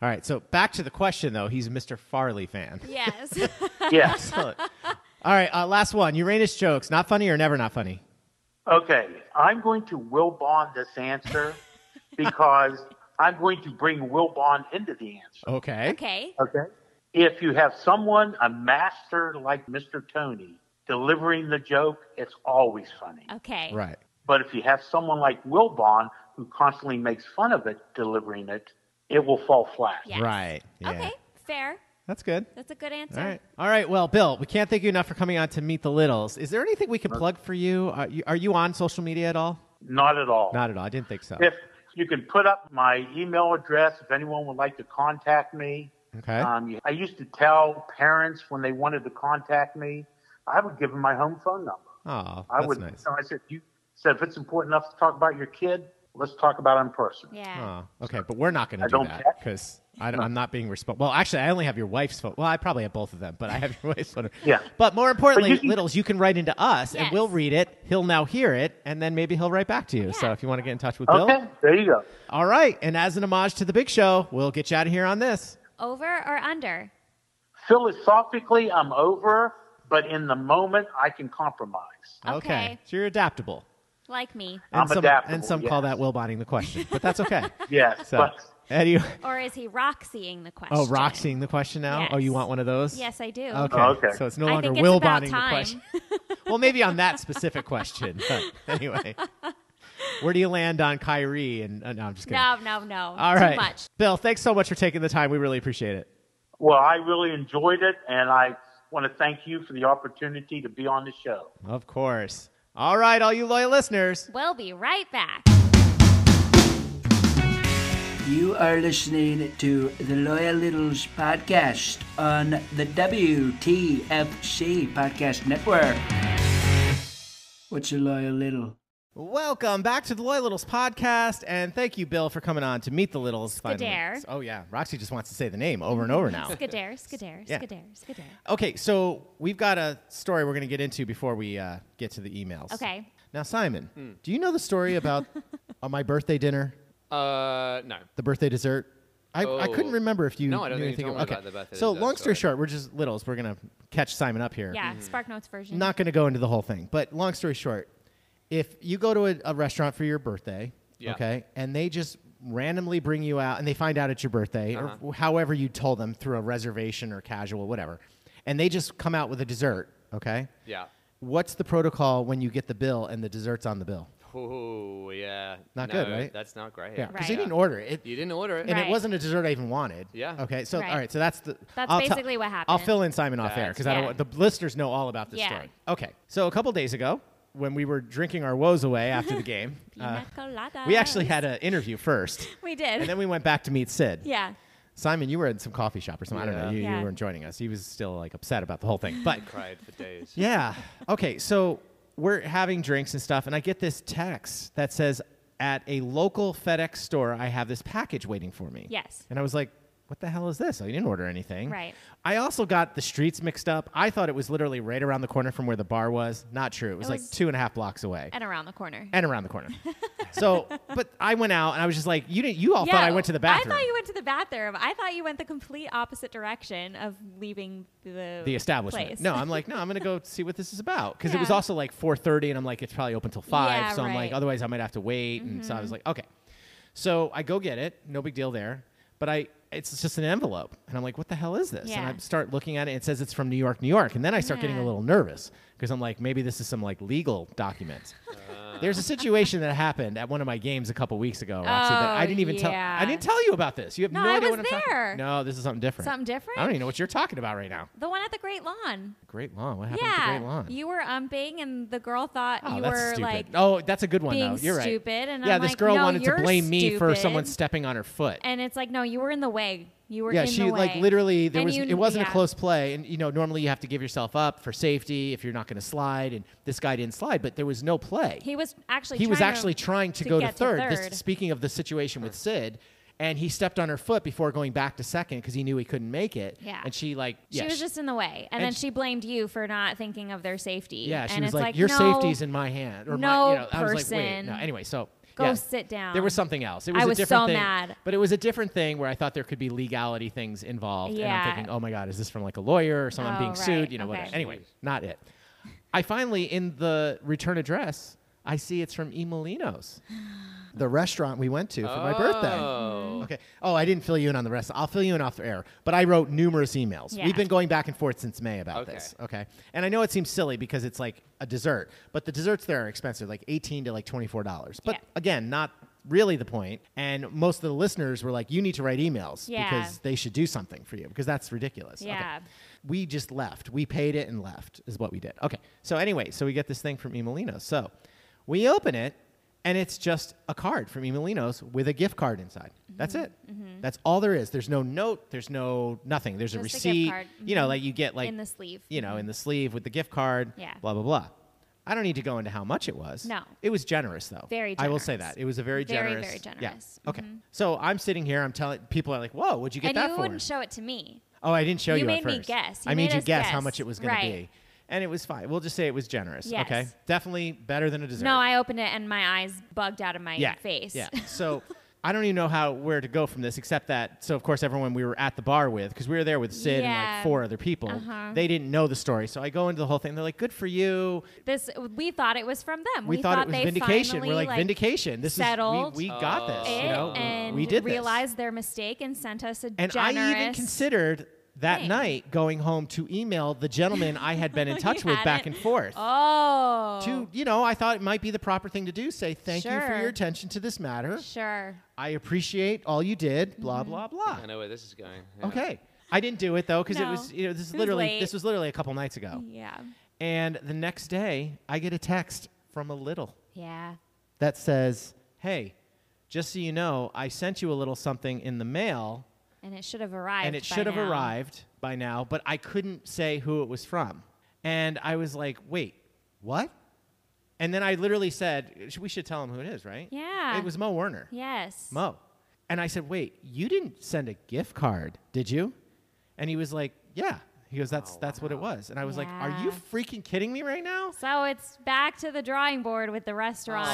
Speaker 4: All right, so back to the question though. He's a Mr. Farley fan.
Speaker 3: Yes.
Speaker 8: Yes.
Speaker 4: All right, uh, last one. Uranus jokes, not funny or never not funny.
Speaker 8: okay. I'm going to Will Bond this answer because I'm going to bring Will Bond into the answer.
Speaker 4: Okay.
Speaker 3: okay.
Speaker 8: Okay. If you have someone, a master like Mr. Tony, delivering the joke, it's always funny.
Speaker 3: Okay.
Speaker 4: Right.
Speaker 8: But if you have someone like Will Bond who constantly makes fun of it, delivering it, it will fall flat.
Speaker 3: Yes.
Speaker 4: Right. Yeah.
Speaker 3: Okay. Fair.
Speaker 4: That's good.
Speaker 3: That's a good answer.
Speaker 4: All right. All right. Well, Bill, we can't thank you enough for coming on to Meet the Littles. Is there anything we can plug for you? Are you, are you on social media at all?
Speaker 8: Not at all.
Speaker 4: Not at all. I didn't think so.
Speaker 8: if you can put up my email address if anyone would like to contact me.
Speaker 4: Okay.
Speaker 8: Um, I used to tell parents when they wanted to contact me, I would give them my home phone number.
Speaker 4: Oh,
Speaker 8: I
Speaker 4: that's
Speaker 8: would.
Speaker 4: nice.
Speaker 8: So I said, you said if it's important enough to talk about your kid, let's talk about it in person.
Speaker 3: Yeah.
Speaker 4: Oh, okay. But we're not going to
Speaker 8: I
Speaker 4: do
Speaker 8: don't
Speaker 4: that
Speaker 8: check.
Speaker 4: because I'm not being responsible. Well, actually, I only have your wife's phone. Well, I probably have both of them, but I have your wife's phone.
Speaker 8: Yeah.
Speaker 4: But more importantly,
Speaker 8: you can-
Speaker 4: Littles, you can write into us and
Speaker 3: Yes.
Speaker 4: we'll read it. He'll now hear it, and then maybe he'll write back to you. So if you want to get in touch with
Speaker 8: Okay,
Speaker 4: Bill,
Speaker 8: there you go.
Speaker 4: all right. And as an homage to the big show, we'll get you out of here on this.
Speaker 3: Over or under?
Speaker 8: Philosophically, I'm over, but in the moment, I can compromise.
Speaker 3: Okay.
Speaker 4: So you're adaptable.
Speaker 3: Like me.
Speaker 4: And
Speaker 8: I'm
Speaker 4: some,
Speaker 8: adaptable,
Speaker 4: And some call
Speaker 8: yes.
Speaker 4: that Will bonding the question, but that's okay.
Speaker 8: Yes,
Speaker 4: So,
Speaker 8: but
Speaker 4: Eddie,
Speaker 3: Or is he Roxying the question?
Speaker 4: oh, Roxying the question now? Oh, you
Speaker 3: Yes.
Speaker 4: want one of those?
Speaker 3: Yes, I do.
Speaker 4: Okay.
Speaker 8: Oh, okay.
Speaker 4: So it's no
Speaker 3: I
Speaker 4: longer
Speaker 3: think it's
Speaker 4: Will
Speaker 3: about
Speaker 4: bonding the
Speaker 3: time.
Speaker 4: question. well, maybe on that specific question. But anyway, where do you land on Kyrie? And uh, no, I'm just kidding.
Speaker 3: No, no, no.
Speaker 4: All right.
Speaker 3: Too much.
Speaker 4: Bill, thanks so much for taking the time. We really appreciate it.
Speaker 8: well, I really enjoyed it, and I want to thank you for the opportunity to be on the show.
Speaker 4: Of course. All right, all you loyal listeners.
Speaker 3: We'll be right back.
Speaker 10: You are listening to the Loyal Littles podcast on the WTFC Podcast Network. What's a Loyal Little?
Speaker 4: Welcome back to the Loy Littles podcast, and thank you, Bill, for coming on to meet the Littles. finally.
Speaker 3: Skadair.
Speaker 4: Oh yeah, Roxy just wants to say the name over and over now.
Speaker 3: Skadair, Skadair,
Speaker 4: Yeah.
Speaker 3: Skadair, Skadair.
Speaker 4: Okay, so we've got a story we're going to get into before we uh, get to the emails.
Speaker 3: Okay.
Speaker 4: Now, Simon, do you know the story about on my birthday dinner,
Speaker 5: Uh, no.
Speaker 4: the birthday dessert? I, I couldn't
Speaker 5: Oh.
Speaker 4: remember if you
Speaker 5: No, I don't
Speaker 4: knew
Speaker 5: think
Speaker 4: anything
Speaker 5: you told me
Speaker 4: okay.
Speaker 5: about the birthday
Speaker 4: So,
Speaker 5: dessert
Speaker 4: long story
Speaker 5: story.
Speaker 4: short, we're just littles. We're going to catch Simon up here. Mm-hmm.
Speaker 3: Yeah, Spark Notes version.
Speaker 4: Not going to go into the whole thing, but long story short, if you go to a, a restaurant for your birthday,
Speaker 5: Yeah.
Speaker 4: okay, and they just randomly bring you out and they find out it's your birthday
Speaker 5: Uh-huh.
Speaker 4: or however you told them through a reservation or casual, whatever, and they just come out with a dessert, okay?
Speaker 5: Yeah.
Speaker 4: What's the protocol when you get the bill and the dessert's on the bill?
Speaker 5: Oh yeah.
Speaker 4: Not
Speaker 5: No,
Speaker 4: good, right?
Speaker 5: That's not great.
Speaker 4: Yeah, because
Speaker 3: Right.
Speaker 4: you didn't order it.
Speaker 5: You didn't order it.
Speaker 4: and
Speaker 3: Right.
Speaker 4: it wasn't a dessert I even wanted.
Speaker 5: Yeah.
Speaker 4: Okay. So
Speaker 3: Right.
Speaker 4: all right. So that's the.
Speaker 3: That's
Speaker 4: I'll tell-
Speaker 3: basically what
Speaker 4: I'll
Speaker 3: happened.
Speaker 4: fill in Simon off air
Speaker 5: That's-
Speaker 4: because I don't.
Speaker 3: Yeah.
Speaker 4: want- The listeners know all about this
Speaker 3: Yeah.
Speaker 4: story. Okay. So a couple days ago, when we were drinking our woes away after the game, uh,
Speaker 3: Pina coladas.
Speaker 4: we actually had an interview first,
Speaker 3: We did.
Speaker 4: and then we went back to meet Sid.
Speaker 3: yeah.
Speaker 4: Simon, you were in some coffee shop or something. I don't know.
Speaker 5: Yeah.
Speaker 4: You,
Speaker 3: Yeah.
Speaker 4: you weren't joining us. He was still like upset about the whole thing, but.
Speaker 5: Cried for days.
Speaker 4: Yeah. Okay. So we're having drinks and stuff, and I get this text that says, "At a local FedEx store, I have this package waiting for me."
Speaker 3: Yes.
Speaker 4: And I was like, "What the hell is this? I didn't order anything."
Speaker 3: Right.
Speaker 4: I also got the streets mixed up. I thought it was literally right around the corner from where the bar was. Not true. It was,
Speaker 3: It
Speaker 4: like
Speaker 3: was-
Speaker 4: two and a half blocks away.
Speaker 3: And around the corner.
Speaker 4: and around the corner. so, but I went out and I was just like, you didn't, you all thought I went to the bathroom.
Speaker 3: I thought you went to the bathroom. I thought you went the complete opposite direction of leaving the
Speaker 4: the establishment.
Speaker 3: place.
Speaker 4: No, I'm like, no, I'm gonna go see what this is about because it was
Speaker 3: Yeah.
Speaker 4: also like 4:30, and I'm like, it's probably open till five,
Speaker 3: Yeah,
Speaker 4: so I'm like,
Speaker 3: right. Mm-hmm.
Speaker 4: otherwise I might have to wait. And so I was like, okay, so I go get it, no big deal there, but I. It's just an envelope. And I'm like, what the hell is this?
Speaker 3: Yeah.
Speaker 4: And I start looking at it. And it says it's from New York, New York. And then I start getting a
Speaker 3: Yeah.
Speaker 4: little nervous because I'm like, maybe this is some like legal document. There's a situation that happened at one of my games a couple weeks ago, Roxy, that I
Speaker 3: Oh,
Speaker 4: didn't even tell.
Speaker 3: yeah.
Speaker 4: I didn't tell you about this. You have no,
Speaker 3: No, I
Speaker 4: idea
Speaker 3: was
Speaker 4: what I'm
Speaker 3: there.
Speaker 4: talking No, this is something different.
Speaker 3: Something different?
Speaker 4: I don't even know what you're talking about right now.
Speaker 3: The one at the Great Lawn.
Speaker 4: Great lawn. What happened
Speaker 3: yeah.
Speaker 4: to Great lawn?
Speaker 3: You were umping, and the girl thought
Speaker 4: oh,
Speaker 3: you
Speaker 4: that's
Speaker 3: were
Speaker 4: stupid.
Speaker 3: like.
Speaker 4: oh, that's a good one
Speaker 3: being
Speaker 4: though. You're right.
Speaker 3: stupid, and
Speaker 4: yeah,
Speaker 3: I'm
Speaker 4: this
Speaker 3: like,
Speaker 4: girl
Speaker 3: "No,
Speaker 4: wanted to
Speaker 3: you're
Speaker 4: blame me for
Speaker 3: stupid."
Speaker 4: someone stepping on her foot.
Speaker 3: And it's like, no, you were in the way. You were
Speaker 4: yeah,
Speaker 3: in
Speaker 4: she
Speaker 3: the way.
Speaker 4: like literally there
Speaker 3: And
Speaker 4: was
Speaker 3: you-
Speaker 4: it wasn't a
Speaker 3: yeah.
Speaker 4: close play, and you know normally you have to give yourself up for safety if you're not going to slide, and this guy didn't slide, but there was no play.
Speaker 3: He was actually
Speaker 4: he was
Speaker 3: trying
Speaker 4: actually
Speaker 3: to,
Speaker 4: trying to, go to
Speaker 3: get
Speaker 4: third. This, speaking of the situation with Sid. And he stepped on her foot before going back to second because he knew he couldn't make it.
Speaker 3: Yeah.
Speaker 4: And she like yeah,
Speaker 3: she was just in the way, and,
Speaker 4: and
Speaker 3: then
Speaker 4: sh-
Speaker 3: she blamed you for not thinking of their safety.
Speaker 4: Yeah, she
Speaker 3: and
Speaker 4: was
Speaker 3: it's
Speaker 4: like,
Speaker 3: like,
Speaker 4: "Your
Speaker 3: no,
Speaker 4: safety's in my hand." Or my,
Speaker 3: no
Speaker 4: you know, I was like, "Wait, no."
Speaker 3: person.
Speaker 4: Anyway, so
Speaker 3: Go
Speaker 4: yeah.
Speaker 3: sit down.
Speaker 4: There was something else. It was
Speaker 3: I
Speaker 4: a
Speaker 3: was
Speaker 4: different
Speaker 3: so
Speaker 4: thing,
Speaker 3: mad.
Speaker 4: but it was a different thing where I thought there could be legality things involved, and I'm
Speaker 3: Yeah.
Speaker 4: thinking, "Oh my God, is this from like a lawyer or someone
Speaker 3: Oh,
Speaker 4: being
Speaker 3: right.
Speaker 4: sued?" You know,
Speaker 3: Okay.
Speaker 4: whatever. Anyway, not it. I finally in the return address, I see it's from Emilinos, the restaurant we went to for my birthday.
Speaker 5: Oh.
Speaker 4: Okay. Oh, I didn't fill you in on the rest. I'll fill you in off the air. But I wrote numerous emails.
Speaker 3: Yeah.
Speaker 4: We've been going back and forth since May about
Speaker 5: Okay.
Speaker 4: this. Okay. And I know it seems silly because it's like a dessert, but the desserts there are expensive, like eighteen to like twenty-four dollars. But
Speaker 3: Yeah.
Speaker 4: again, not really the point. And most of the listeners were like, "You need to write emails
Speaker 3: Yeah.
Speaker 4: because they should do something for you because that's ridiculous." Okay.
Speaker 3: Yeah.
Speaker 4: We just left. We paid it and left is what we did. Okay. So anyway, so we get this thing from Emilinos. So we open it and it's just a card from Emilinos with a gift card inside.
Speaker 3: Mm-hmm.
Speaker 4: That's it. That's all there is. There's no note. There's no nothing. There's a
Speaker 3: Just a gift
Speaker 4: receipt.
Speaker 3: card. Mm-hmm.
Speaker 4: You know, like you get like
Speaker 3: in the sleeve.
Speaker 4: You know, in the sleeve with the gift card.
Speaker 3: Mm-hmm. Yeah.
Speaker 4: Blah blah blah. I don't need to go into how much it was.
Speaker 3: No.
Speaker 4: It was generous though.
Speaker 3: Very
Speaker 4: I will say
Speaker 3: generous.
Speaker 4: that. It was a very
Speaker 3: Very,
Speaker 4: generous.
Speaker 3: very
Speaker 4: yeah.
Speaker 3: generous. Mm-hmm.
Speaker 4: Okay. So I'm sitting here, I'm telling people are like, Whoa, what'd you get
Speaker 3: and
Speaker 4: that
Speaker 3: you
Speaker 4: for?
Speaker 3: wouldn't show it to me.
Speaker 4: Oh, I didn't show you,
Speaker 3: You
Speaker 4: at
Speaker 3: made me
Speaker 4: first.
Speaker 3: guess. You
Speaker 4: I made
Speaker 3: made
Speaker 4: you
Speaker 3: us
Speaker 4: guess, how
Speaker 3: guess.
Speaker 4: much it was going to
Speaker 3: Right.
Speaker 4: be. And it was fine. We'll just say it was generous.
Speaker 3: Yes.
Speaker 4: Okay. Definitely better than a dessert.
Speaker 3: No, I opened it and my eyes bugged out of my
Speaker 4: yeah.
Speaker 3: face.
Speaker 4: Yeah. So I don't even know how where to go from this, except that so of course everyone we were at the bar with, because we were there with Sid and
Speaker 3: Yeah.
Speaker 4: like four other people,
Speaker 3: Uh-huh.
Speaker 4: they didn't know the story. So I go into the whole thing. They're like, "Good for you."
Speaker 3: this we thought it was from them.
Speaker 4: We, thought, it was
Speaker 3: they
Speaker 4: vindication.
Speaker 3: Finally,
Speaker 4: We're like, vindication. This
Speaker 3: settled
Speaker 4: is we, we got this.
Speaker 3: It
Speaker 4: you know,
Speaker 3: and
Speaker 4: we did this.
Speaker 3: realized their mistake and sent us a
Speaker 4: And
Speaker 3: generous.
Speaker 4: I even considered that
Speaker 3: thing.
Speaker 4: night going home to email the gentleman I had been in
Speaker 3: You
Speaker 4: touch with
Speaker 3: had
Speaker 4: back
Speaker 3: it.
Speaker 4: and forth.
Speaker 3: oh,
Speaker 4: To, you know, I thought it might be the proper thing to do. Say thank you for
Speaker 3: Sure.
Speaker 4: your attention to this matter.
Speaker 3: sure.
Speaker 4: I appreciate all you did. Blah
Speaker 3: Mm-hmm.
Speaker 4: blah blah.
Speaker 5: I know where this is going. Yeah.
Speaker 4: Okay, I didn't do it though because it
Speaker 3: No.
Speaker 4: was you know this is
Speaker 3: It was
Speaker 4: literally
Speaker 3: late.
Speaker 4: this was literally a couple nights ago.
Speaker 3: Yeah,
Speaker 4: And the next day, I get a text from a little
Speaker 3: yeah.
Speaker 4: that says, "Hey, just so you know, I sent you a little something in the mail,
Speaker 3: And it should have arrived.
Speaker 4: and it
Speaker 3: by
Speaker 4: should have
Speaker 3: now.
Speaker 4: arrived by now, but I couldn't say who it was from." And I was like, "Wait, what?" And then I literally said, "Sh- "We should tell him who it is, right?"
Speaker 3: Yeah.
Speaker 4: It was Mo Werner.
Speaker 3: Yes.
Speaker 4: Mo. And I said, "Wait, you didn't send a gift card, did you?" And he was like, "Yeah." He goes, "That's that's what it was." And I was like, "Are you
Speaker 3: Yeah.
Speaker 4: freaking kidding me right now?"
Speaker 3: So it's back to the drawing board with the restaurant.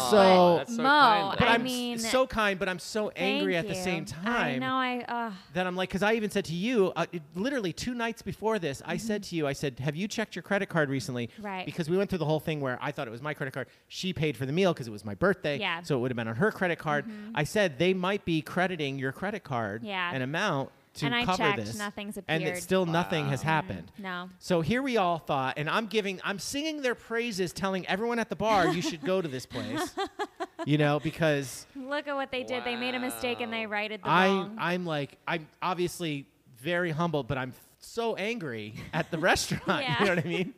Speaker 3: but
Speaker 4: So- That's so
Speaker 3: Mo,
Speaker 5: Oh, kind, though.
Speaker 4: But
Speaker 3: I
Speaker 4: I'm s-
Speaker 3: mean,
Speaker 4: so kind, but I'm so angry
Speaker 3: thank
Speaker 4: at the
Speaker 3: you.
Speaker 4: same
Speaker 3: I
Speaker 4: time
Speaker 3: know. I uh,
Speaker 4: that I'm like, because I even said to you, uh, it- literally two nights before this, I said to you, I said, "Have you checked your credit card recently?"
Speaker 3: Mm-hmm. Right.
Speaker 4: Because we went through the whole thing where I thought it was my credit card. She paid for the meal because it was my birthday.
Speaker 3: Yeah. Mm-hmm.
Speaker 4: So it would have been on her credit card. I said they might be crediting your credit card.
Speaker 3: Yeah.
Speaker 4: An amount to
Speaker 3: And I
Speaker 4: cover
Speaker 3: checked,
Speaker 4: this.
Speaker 3: nothing's
Speaker 4: And
Speaker 3: appeared.
Speaker 4: it still nothing has happened.
Speaker 3: no.
Speaker 4: So here we all thought, and I'm giving, I'm singing their praises, telling everyone at the bar, you should go to this place, you know, because
Speaker 3: Look at what they did. They made a mistake and they righted the
Speaker 4: I,
Speaker 3: wrong.
Speaker 4: I'm like, I'm obviously very humble, but I'm so angry at the restaurant.
Speaker 3: Yeah.
Speaker 4: You know what I mean?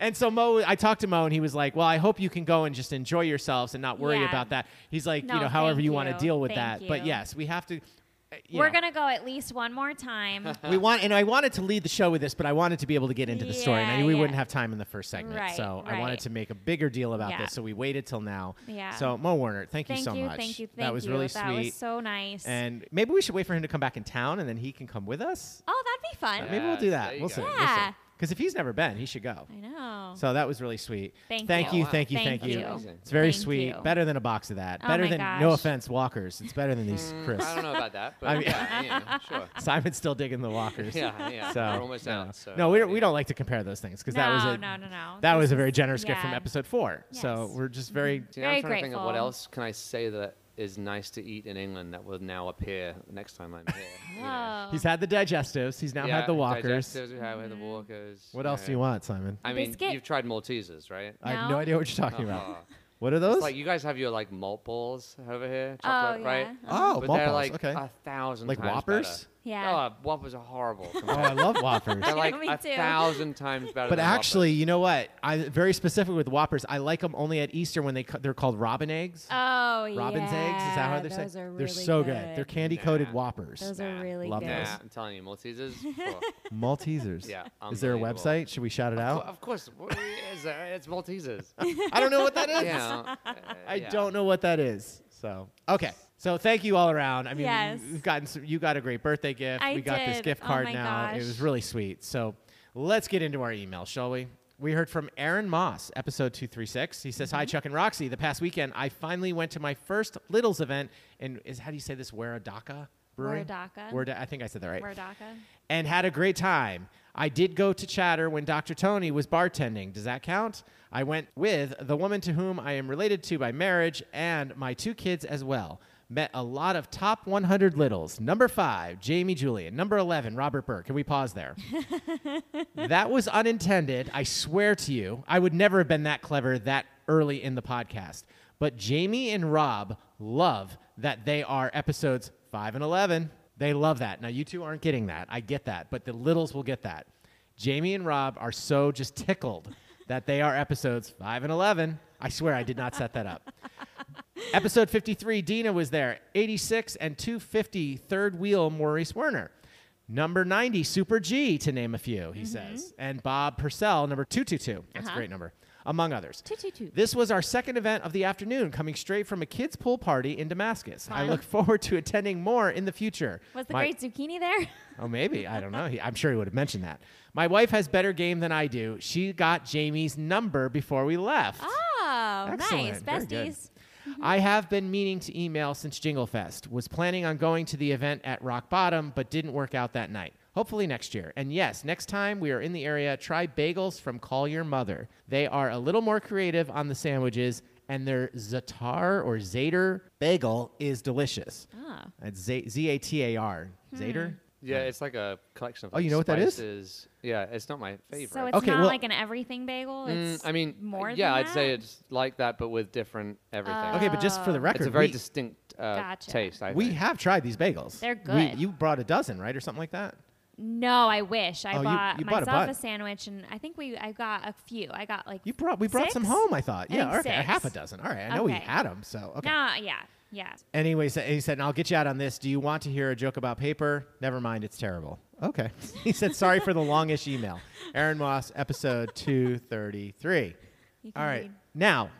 Speaker 4: And so Mo, I talked to Mo, and he was like, "Well, I hope you can go and just enjoy yourselves and not worry
Speaker 3: Yeah.
Speaker 4: about that." He's like,
Speaker 3: No,
Speaker 4: "You know, however
Speaker 3: thank
Speaker 4: you, want to
Speaker 3: you.
Speaker 4: deal with
Speaker 3: Thank
Speaker 4: that." But
Speaker 3: you.
Speaker 4: yes, we have to. uh, you
Speaker 3: We're
Speaker 4: know.
Speaker 3: gonna go at least one more time.
Speaker 4: We want, and I wanted to lead the show with this, but I wanted to be able to get into the story, and I
Speaker 3: Yeah,
Speaker 4: knew we
Speaker 3: yeah.
Speaker 4: wouldn't have time in the first segment,
Speaker 3: Right,
Speaker 4: so I
Speaker 3: right.
Speaker 4: wanted to make a bigger deal about
Speaker 3: Yeah.
Speaker 4: this, so we waited till now.
Speaker 3: Yeah.
Speaker 4: So Mo Werner, thank,
Speaker 3: thank
Speaker 4: you so
Speaker 3: you,
Speaker 4: much.
Speaker 3: thank you, thank
Speaker 4: that was
Speaker 3: you.
Speaker 4: really
Speaker 3: that
Speaker 4: sweet.
Speaker 3: was so nice.
Speaker 4: and maybe we should wait for him to come back in town, and then he can come with us.
Speaker 3: oh, that'd be fun.
Speaker 4: Maybe we'll do
Speaker 5: Yes,
Speaker 4: that.
Speaker 5: there you
Speaker 4: We'll
Speaker 5: go.
Speaker 4: see.
Speaker 3: Yeah.
Speaker 4: Because if he's never been, he should go.
Speaker 3: I know.
Speaker 4: So that was really sweet.
Speaker 3: Thank
Speaker 4: you,
Speaker 3: you.
Speaker 4: thank you,
Speaker 3: Wow.
Speaker 4: thank,
Speaker 3: Thank
Speaker 4: you.
Speaker 3: you.
Speaker 5: Amazing.
Speaker 4: It's very
Speaker 3: Thank
Speaker 4: sweet.
Speaker 3: you.
Speaker 4: Better than a box of that.
Speaker 3: Oh
Speaker 4: better
Speaker 3: my
Speaker 4: than no
Speaker 3: gosh.
Speaker 4: offense, Walkers. It's better than these Chris.
Speaker 5: Hmm. Mm, I don't know about that, but
Speaker 4: I mean-
Speaker 5: yeah, yeah, sure.
Speaker 4: Simon's still digging the Walkers.
Speaker 5: Yeah, yeah.
Speaker 4: So,
Speaker 5: we're almost
Speaker 4: no.
Speaker 5: out. So,
Speaker 4: no, we don't,
Speaker 5: yeah.
Speaker 4: we don't like to compare those things because that was
Speaker 3: No,
Speaker 4: a
Speaker 3: no, no, no.
Speaker 4: that
Speaker 3: This
Speaker 4: was a very
Speaker 3: is-
Speaker 4: generous gift from
Speaker 3: yeah.
Speaker 4: episode four. So
Speaker 3: Yes. Mm-hmm.
Speaker 4: we're just very
Speaker 5: See,
Speaker 3: Very
Speaker 5: I'm trying to think of what
Speaker 3: grateful.
Speaker 5: else can I say that is nice to eat in England that will now appear next time I'm here. you know.
Speaker 3: Oh.
Speaker 4: he's had the digestives, he's now had the walkers.
Speaker 5: digestives, we had, we had the walkers.
Speaker 4: What else do you want, Uh, Simon?
Speaker 5: I mean,
Speaker 3: Mm-hmm. Biscuit?
Speaker 5: you've tried Maltesers, right?
Speaker 4: I have
Speaker 3: No.
Speaker 4: no idea what you're talking
Speaker 5: Uh-huh.
Speaker 4: about. What are
Speaker 5: It's
Speaker 4: those?
Speaker 5: like you guys have your like malt balls over here, chocolate,
Speaker 3: yeah.
Speaker 5: right?
Speaker 4: oh,
Speaker 5: but
Speaker 4: malt
Speaker 5: they're
Speaker 4: balls,
Speaker 5: like uh,
Speaker 4: okay.
Speaker 5: a thousand
Speaker 4: Like
Speaker 5: times
Speaker 4: Whoppers?
Speaker 5: better.
Speaker 3: Yeah.
Speaker 5: Oh, whoppers are horrible.
Speaker 4: oh, I love whoppers.
Speaker 5: they're like
Speaker 3: Me
Speaker 5: a
Speaker 3: too.
Speaker 5: thousand times better.
Speaker 4: But
Speaker 5: than
Speaker 4: actually,
Speaker 5: Whoppers.
Speaker 4: you know what? I'm very specific with Whoppers. I like them only at Easter when they co- they're called Robin eggs.
Speaker 3: Oh, yeah.
Speaker 4: Robin's eggs is that how they're
Speaker 3: Those
Speaker 4: saying?
Speaker 3: Are really
Speaker 4: they're so good. They're
Speaker 3: good.
Speaker 4: candy coated
Speaker 5: Nah.
Speaker 4: Whoppers.
Speaker 3: Those are
Speaker 5: Nah.
Speaker 3: really
Speaker 4: Love
Speaker 3: good.
Speaker 4: those.
Speaker 5: Nah, I'm telling you, Maltesers. oh,
Speaker 4: Maltesers.
Speaker 5: Yeah,
Speaker 4: Is there a
Speaker 5: unbelievable.
Speaker 4: website? Should we shout it
Speaker 5: well,
Speaker 4: out?
Speaker 5: of course, what is that? it's Maltesers. uh,
Speaker 4: I don't know what that is.
Speaker 5: yeah,
Speaker 4: I don't know what that is. So okay. So thank you all around. I mean,
Speaker 3: Yes.
Speaker 4: we've gotten some, you got a great birthday gift.
Speaker 3: I
Speaker 4: we got this
Speaker 3: did.
Speaker 4: gift
Speaker 3: Oh
Speaker 4: card
Speaker 3: my
Speaker 4: now.
Speaker 3: gosh.
Speaker 4: It was really sweet. So let's get into our email, shall we? We heard from Aaron Moss, episode 236. He says, Hi,
Speaker 3: Mm-hmm.
Speaker 4: Chuck and Roxy. The past weekend, I finally went to my first Littles event in, is, how do you say this, Weradaka Brewing?
Speaker 3: Weradaka.
Speaker 4: Werda- I think I said that right
Speaker 3: Murdaka.
Speaker 4: and had a great time. I did go to Chatter when Dr. Tony was bartending. Does that count? I went with the woman to whom I am related to by marriage and my two kids as well. Met a lot of top 100 littles. Number five, Jamie Julian. Number 11, Robert Burke. Can we pause there? that was unintended. I swear to you, I would never have been that clever that early in the podcast. But Jamie and Rob love that they are episodes 5 and 11. They love that. Now, you two aren't getting that. I get that. But the littles will get that. Jamie and Rob are so just tickled that they are episodes 5 and 11. I swear I did not set that up. Episode 53, Dina was there. 86 and 250, third wheel, Maurice Werner. Number 90, Super G, to name a few,
Speaker 3: Mm-hmm.
Speaker 4: he says. And Bob Purcell, number 222. That's
Speaker 3: Uh-huh.
Speaker 4: a great number, among others.
Speaker 3: 222.
Speaker 4: This was our second event of the afternoon, coming straight from a kids' pool party in Damascus. I look forward to attending more in the future.
Speaker 3: Was the
Speaker 4: My-
Speaker 3: great zucchini there?
Speaker 4: Oh, maybe. I don't know. He, I'm sure he would have mentioned that. My wife has better game than I do. She got Jamie's number before we left.
Speaker 3: Oh, nice.
Speaker 4: Excellent. Very good.
Speaker 3: Besties.
Speaker 4: I have been meaning to email since Jingle Fest. Was planning on going to the event at Rock Bottom, but didn't work out that night. Hopefully next year. And yes, next time we are in the area, try bagels from Call Your Mother. They are a little more creative on the sandwiches, and their Zatar or Zater bagel is delicious.
Speaker 3: Ah. Hmm.
Speaker 4: It's Z Z A T A R. Zater?
Speaker 5: Yeah, it's like a collection of.
Speaker 4: Oh,
Speaker 5: like,
Speaker 4: you know what that is?
Speaker 5: spices. Yeah, it's not my favorite.
Speaker 3: So it's
Speaker 4: Okay,
Speaker 3: not
Speaker 4: well-
Speaker 3: like an everything bagel. It's
Speaker 5: Mm, I mean,
Speaker 3: more
Speaker 5: yeah,
Speaker 3: than
Speaker 5: I'd say
Speaker 3: that? Oh.
Speaker 5: it's like that, but with different everything.
Speaker 4: Okay, but just for
Speaker 3: Uh,
Speaker 4: the record,
Speaker 5: it's a very
Speaker 4: we,
Speaker 5: distinct uh,
Speaker 3: Gotcha.
Speaker 5: taste. I
Speaker 4: we
Speaker 5: think.
Speaker 4: have tried these bagels.
Speaker 3: They're
Speaker 4: We-
Speaker 3: good.
Speaker 4: you brought a dozen, right, or something like that?
Speaker 3: No, I wish. I
Speaker 4: Oh, you-
Speaker 3: bought
Speaker 4: you bought a
Speaker 3: myself a,
Speaker 4: bun.
Speaker 3: sandwich, and I think we I got a few. I got like
Speaker 4: You brought we brought some
Speaker 3: six?
Speaker 4: home. I thought,
Speaker 3: I
Speaker 4: yeah,
Speaker 3: think
Speaker 4: okay,
Speaker 3: six.
Speaker 4: half a dozen. All right, I know we
Speaker 3: Okay.
Speaker 4: had them, so okay.
Speaker 3: No, yeah, yeah.
Speaker 4: Anyway, so- he said, and I'll get you out on this. Do you want to hear a joke about paper? Never mind, it's terrible. Okay. he said, sorry for the longish email. Aaron Moss, episode 233.
Speaker 3: You can
Speaker 4: All right.
Speaker 3: read.
Speaker 4: Now,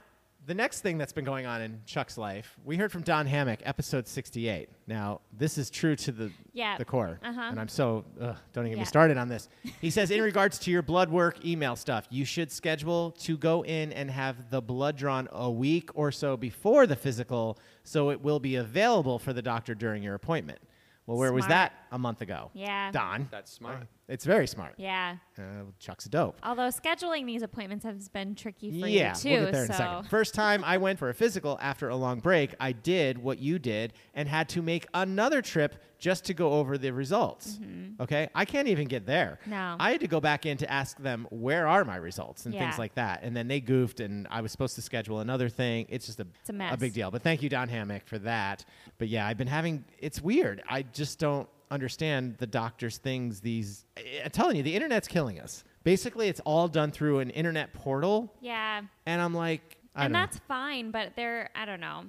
Speaker 4: The next thing that's been going on in Chuck's life, we heard from Don Hammock, episode 68. Now, this is true to the,
Speaker 3: Yeah.
Speaker 4: the core.
Speaker 3: Uh-huh.
Speaker 4: And I'm so, ugh, don't even get
Speaker 3: Yeah.
Speaker 4: me started on this. He says, in regards to your blood work email stuff, you should schedule to go in and have the blood drawn a week or so before the physical so it will be available for the doctor during your appointment. Well, where was
Speaker 3: Smart.
Speaker 4: that a month ago?
Speaker 3: Yeah.
Speaker 4: Don.
Speaker 5: That's smart.
Speaker 4: It's very smart.
Speaker 3: Yeah.
Speaker 4: Uh, Chuck's a dope.
Speaker 3: Although scheduling these appointments has been tricky for
Speaker 4: yeah,
Speaker 3: you too.
Speaker 4: we'll get there in
Speaker 3: so
Speaker 4: a second. First time I went for a physical after a long break, I did what you did and had to make another trip just to go over the results. Okay, I can't even get there.
Speaker 3: Mm-hmm. No.
Speaker 4: I had to go back in to ask them where are my results and
Speaker 3: Yeah.
Speaker 4: things like that, and then they goofed, and I was supposed to schedule another thing. It's just a
Speaker 3: It's a mess.
Speaker 4: big deal. But thank you, Don Hammock, for that. But yeah, I've been having. It's weird. I just don't understand the doctor's things. These, I- I'm telling you, the internet's killing us. Basically, it's all done through an internet portal.
Speaker 3: yeah.
Speaker 4: And I'm like, I
Speaker 3: and
Speaker 4: don't know.
Speaker 3: that's fine, but they're I don't know.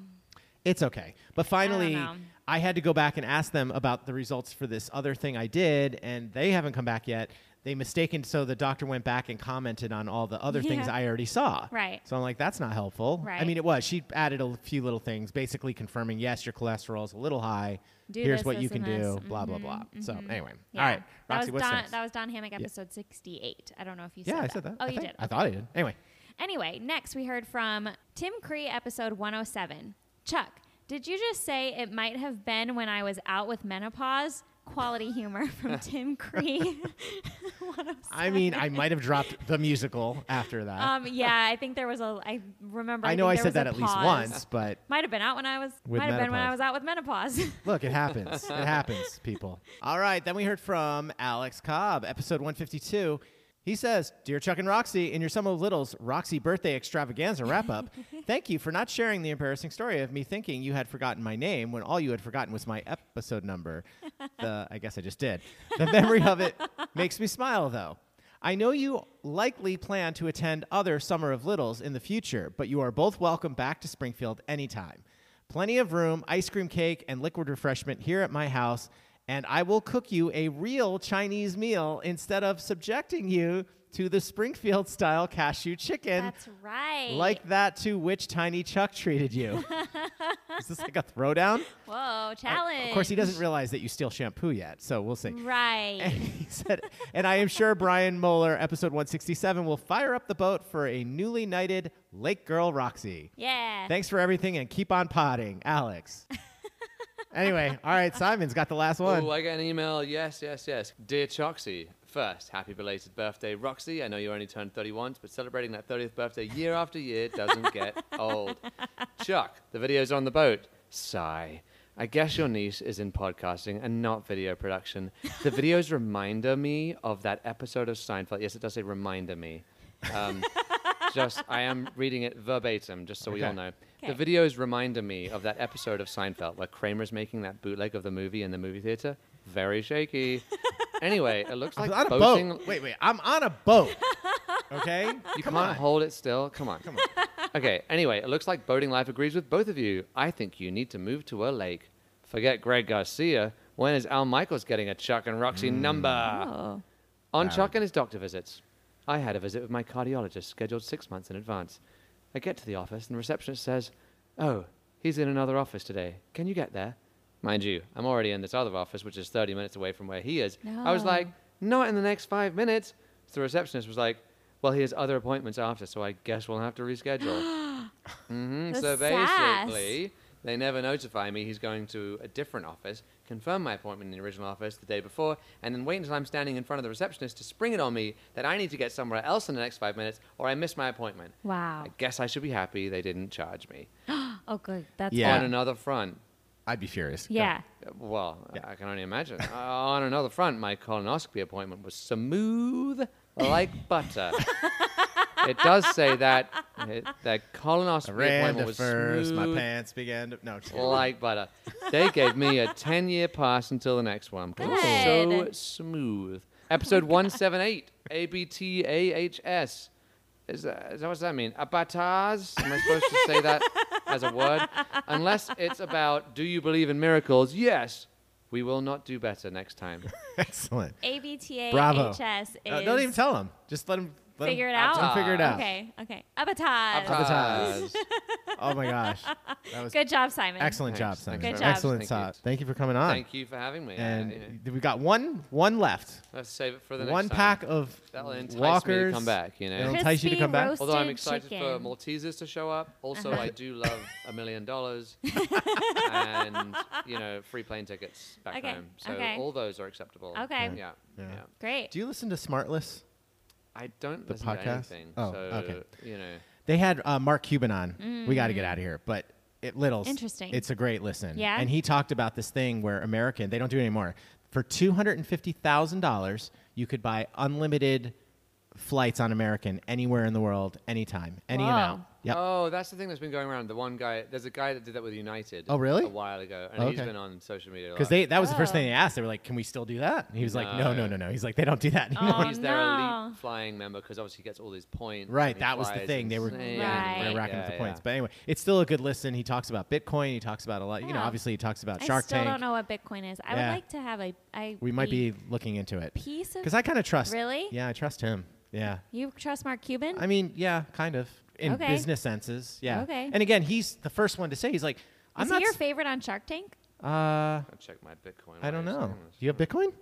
Speaker 4: It's okay. But finally,
Speaker 3: know.
Speaker 4: I, had to go back and ask them about the results for this other thing I did, and they haven't come back yet. They mistaken, so the doctor went back and commented on all the other things
Speaker 3: Yeah.
Speaker 4: I already saw.
Speaker 3: Right.
Speaker 4: So I'm like, that's not helpful. I
Speaker 3: Right.
Speaker 4: mean, it was. She added a few little things, basically confirming, yes, your cholesterol's a little high.
Speaker 3: Do
Speaker 4: Here's
Speaker 3: this,
Speaker 4: what you
Speaker 3: this,
Speaker 4: can
Speaker 3: and
Speaker 4: do.
Speaker 3: this. Mm-hmm.
Speaker 4: Blah blah blah. So anyway,
Speaker 3: Yeah.
Speaker 4: all right,
Speaker 3: That
Speaker 4: Roxy,
Speaker 3: was
Speaker 4: what's
Speaker 3: Don,
Speaker 4: next?
Speaker 3: that was Don Hammock episode 68. I don't know if you
Speaker 4: yeah,
Speaker 3: said
Speaker 4: I said that.
Speaker 3: Oh,
Speaker 4: I
Speaker 3: you
Speaker 4: think.
Speaker 3: did.
Speaker 4: I thought I did. Anyway,
Speaker 3: Anyway, next we heard from Tim Cree, episode 107. Chuck, did you just say it might have been when I was out with menopause? Quality humor from Tim Cree.
Speaker 4: I mean, I might have dropped the musical after that.
Speaker 3: um, yeah, I think there was a. I remember.
Speaker 4: I know I
Speaker 3: think there
Speaker 4: said that at
Speaker 3: was a
Speaker 4: least
Speaker 3: pause.
Speaker 4: once, but
Speaker 3: Might have been out when I was.
Speaker 4: With
Speaker 3: might have been when I was
Speaker 4: menopause.
Speaker 3: out with menopause.
Speaker 4: Look, it happens. it happens, people. All right, then we heard from Alex Cobb, episode 152. He says, Dear Chuck and Roxy, in your Sum of Littles Roxy birthday extravaganza wrap up, thank you for not sharing the embarrassing story of me thinking you had forgotten my name when all you had forgotten was my episode number. The, I guess I just did. The memory of it makes me smile, though. I know you likely plan to attend other Summer of Littles in the future, but you are both welcome back to Springfield anytime. Plenty of room, ice cream cake, and liquid refreshment here at my house, and I will cook you a real Chinese meal instead of subjecting you to the Springfield style cashew chicken,
Speaker 3: That's right.
Speaker 4: like that to which Tiny Chuck treated you. Is this like a throwdown?
Speaker 3: whoa,
Speaker 4: I-
Speaker 3: challenge.
Speaker 4: Of course, he doesn't realize that you steal shampoo yet, so we'll see. And
Speaker 3: Right.
Speaker 4: he said, and I am sure Brian Moeller, episode 167, will fire up the boat for a newly knighted Lake Girl Roxy.
Speaker 3: yeah.
Speaker 4: Thanks for everything and keep on potting, Alex. anyway, all right, Simon's got the last one.
Speaker 5: Oh, I get an email. Yes, yes, yes. Dear Choxy, first, happy belated birthday, Roxy. I know you only turned 31, but celebrating that 30th birthday year after year doesn't get old. Chuck, the video's on the boat. Sigh. I guess your niche is in podcasting and not video production. The videos reminder me of that episode of Seinfeld. Yes, it does say reminder me. Um, just I am reading it verbatim, just so we all
Speaker 4: Okay.
Speaker 5: know.
Speaker 3: Okay.
Speaker 5: The videos reminder me of that episode of Seinfeld where Kramer's making that bootleg of the movie in the movie theater. Very shaky. anyway, it looks
Speaker 4: I'm
Speaker 5: like
Speaker 4: on a
Speaker 5: boating.
Speaker 4: boat. Wait, wait, I'm on a boat. Okay?
Speaker 5: You
Speaker 4: Come
Speaker 5: can't
Speaker 4: on.
Speaker 5: hold it still. Come on. Come on. okay. Anyway, it looks like boating life agrees with both of you. I think you need to move to a lake. Forget Greg Garcia. When is Al Michaels getting a Chuck and Roxy number?
Speaker 3: Oh.
Speaker 5: On Chuck and his doctor visits, I had a visit with my cardiologist scheduled six months in advance. I get to the office and the receptionist says, Oh, he's in another office today. Can you get there? Mind you, I'm already in this other office, which is 30 minutes away from where he is. I was
Speaker 3: No.
Speaker 5: like, Not in the next five minutes. So the receptionist was like, Well, he has other appointments after, so I guess we'll have to reschedule. hmm
Speaker 3: The
Speaker 5: So
Speaker 3: sass.
Speaker 5: basically, they never notify me he's going to a different office, confirm my appointment in the original office the day before, and then wait until I'm standing in front of the receptionist to spring it on me that I need to get somewhere else in the next five minutes or I miss my appointment.
Speaker 3: Wow.
Speaker 5: I guess I should be happy they didn't charge me.
Speaker 3: Oh, good. That's
Speaker 4: Yeah.
Speaker 5: On another front,
Speaker 4: I'd be furious.
Speaker 3: Yeah.
Speaker 5: well, I can only imagine. Uh, on another front, my colonoscopy appointment was smooth like butter. it does say that it, that
Speaker 4: I
Speaker 5: colonoscopy
Speaker 4: ran to
Speaker 5: appointment was
Speaker 4: first, my
Speaker 5: smooth
Speaker 4: pants began to. No, just kidding.
Speaker 5: like butter. They gave me a 10 year pass until the next one because it was so
Speaker 3: Good.
Speaker 5: smooth. Episode 178, ABTAHS. Is that, is that what does that mean? Abataz? Am I supposed to say that as a word? Unless it's about do you believe in miracles? Yes. We will not do better next time.
Speaker 4: Excellent. Uh,
Speaker 3: ABTA
Speaker 4: Bravo.
Speaker 3: HS is
Speaker 4: No, don't even tell him. Just let him Let 'em-
Speaker 3: figure it out.
Speaker 4: Let 'em figure it out.
Speaker 3: Okay, okay. Abattage.
Speaker 4: Abattage. Oh my gosh. That was
Speaker 3: Good job, Simon.
Speaker 4: Excellent job,
Speaker 5: Thanks.
Speaker 4: Simon.
Speaker 3: Thanks Good very much.
Speaker 4: Excellent
Speaker 5: Thank you.
Speaker 4: job. Thank you for coming on.
Speaker 5: Thank you for having me. Uh,
Speaker 4: And
Speaker 5: you know,
Speaker 4: we got one one left.
Speaker 5: let's save it for the next
Speaker 4: One
Speaker 5: time.
Speaker 4: pack of
Speaker 5: That'll entice me to
Speaker 4: walkers.
Speaker 5: come back, you know?
Speaker 4: It'll entice you to
Speaker 3: Crispy
Speaker 4: come back.
Speaker 3: roast-
Speaker 5: Although I'm
Speaker 3: Roasted
Speaker 5: excited for
Speaker 3: chicken. Uh-huh.
Speaker 5: Maltesers to show up. Also, I do love a million dollars and, you know, free plane tickets back
Speaker 3: Okay,
Speaker 5: home. So
Speaker 3: okay.
Speaker 5: all those are acceptable.
Speaker 3: Okay.
Speaker 5: Yeah.
Speaker 4: Yeah.
Speaker 5: Yeah.
Speaker 3: Great.
Speaker 4: Do you listen to Smartless?
Speaker 5: I don't
Speaker 4: The
Speaker 5: listen
Speaker 4: podcast?
Speaker 5: to anything.
Speaker 4: Oh,
Speaker 5: so,
Speaker 4: okay.
Speaker 5: you know,
Speaker 4: They had uh, Mark Cuban on. We got to get out of here, but it littles.
Speaker 3: Mm. Interesting.
Speaker 4: It's a great listen.
Speaker 3: Yeah?
Speaker 4: And he talked about this thing where American they don't do it anymore. For two hundred and fifty thousand dollars, you could buy unlimited flights on American anywhere in the world, anytime, any
Speaker 3: Whoa.
Speaker 4: amount. Yep.
Speaker 5: Oh, that's the thing that's been going around. The one guy, there's a guy that did that with United.
Speaker 4: Oh, really? Oh,
Speaker 5: A while ago, and he's
Speaker 4: Okay.
Speaker 5: been on social media. a
Speaker 4: Because
Speaker 5: lot.
Speaker 4: they that was the first
Speaker 3: Oh.
Speaker 4: thing they asked. They were like, "Can we still do that?" And he was like, "No,
Speaker 5: No.
Speaker 4: no, no, no." He's like, "They don't do that anymore."
Speaker 3: Oh,
Speaker 5: he's their
Speaker 3: no.
Speaker 5: elite flying member because obviously he gets all these points.
Speaker 4: Right,
Speaker 5: and he
Speaker 4: that was the
Speaker 5: flies
Speaker 4: thing. They were,
Speaker 5: insane.
Speaker 3: Right.
Speaker 4: they were racking up
Speaker 5: Yeah,
Speaker 4: the
Speaker 5: yeah.
Speaker 4: points. But anyway, it's still a good listen. He talks about Bitcoin. He talks about a lot. You know,
Speaker 3: Yeah.
Speaker 4: obviously, he talks about
Speaker 3: I
Speaker 4: Shark
Speaker 3: still
Speaker 4: Tank.
Speaker 3: don't know what Bitcoin is. I
Speaker 4: Yeah.
Speaker 3: would like to have a. I
Speaker 4: We might
Speaker 3: a
Speaker 4: be looking into it
Speaker 3: piece of.
Speaker 4: because I kind of trust.
Speaker 3: Really?
Speaker 4: Yeah, I trust him. Yeah.
Speaker 3: You trust Mark Cuban?
Speaker 4: I mean, yeah, kind of in
Speaker 3: Okay.
Speaker 4: business senses. Yeah.
Speaker 3: Okay.
Speaker 4: And again, he's the first one to say he's like, "I'm
Speaker 3: is
Speaker 4: not."
Speaker 3: he your
Speaker 4: s-
Speaker 3: favorite on Shark Tank?
Speaker 4: uh,
Speaker 5: I'll check my Bitcoin.
Speaker 4: I don't
Speaker 5: while you're
Speaker 4: know.
Speaker 5: saying this.
Speaker 4: Do you have Bitcoin?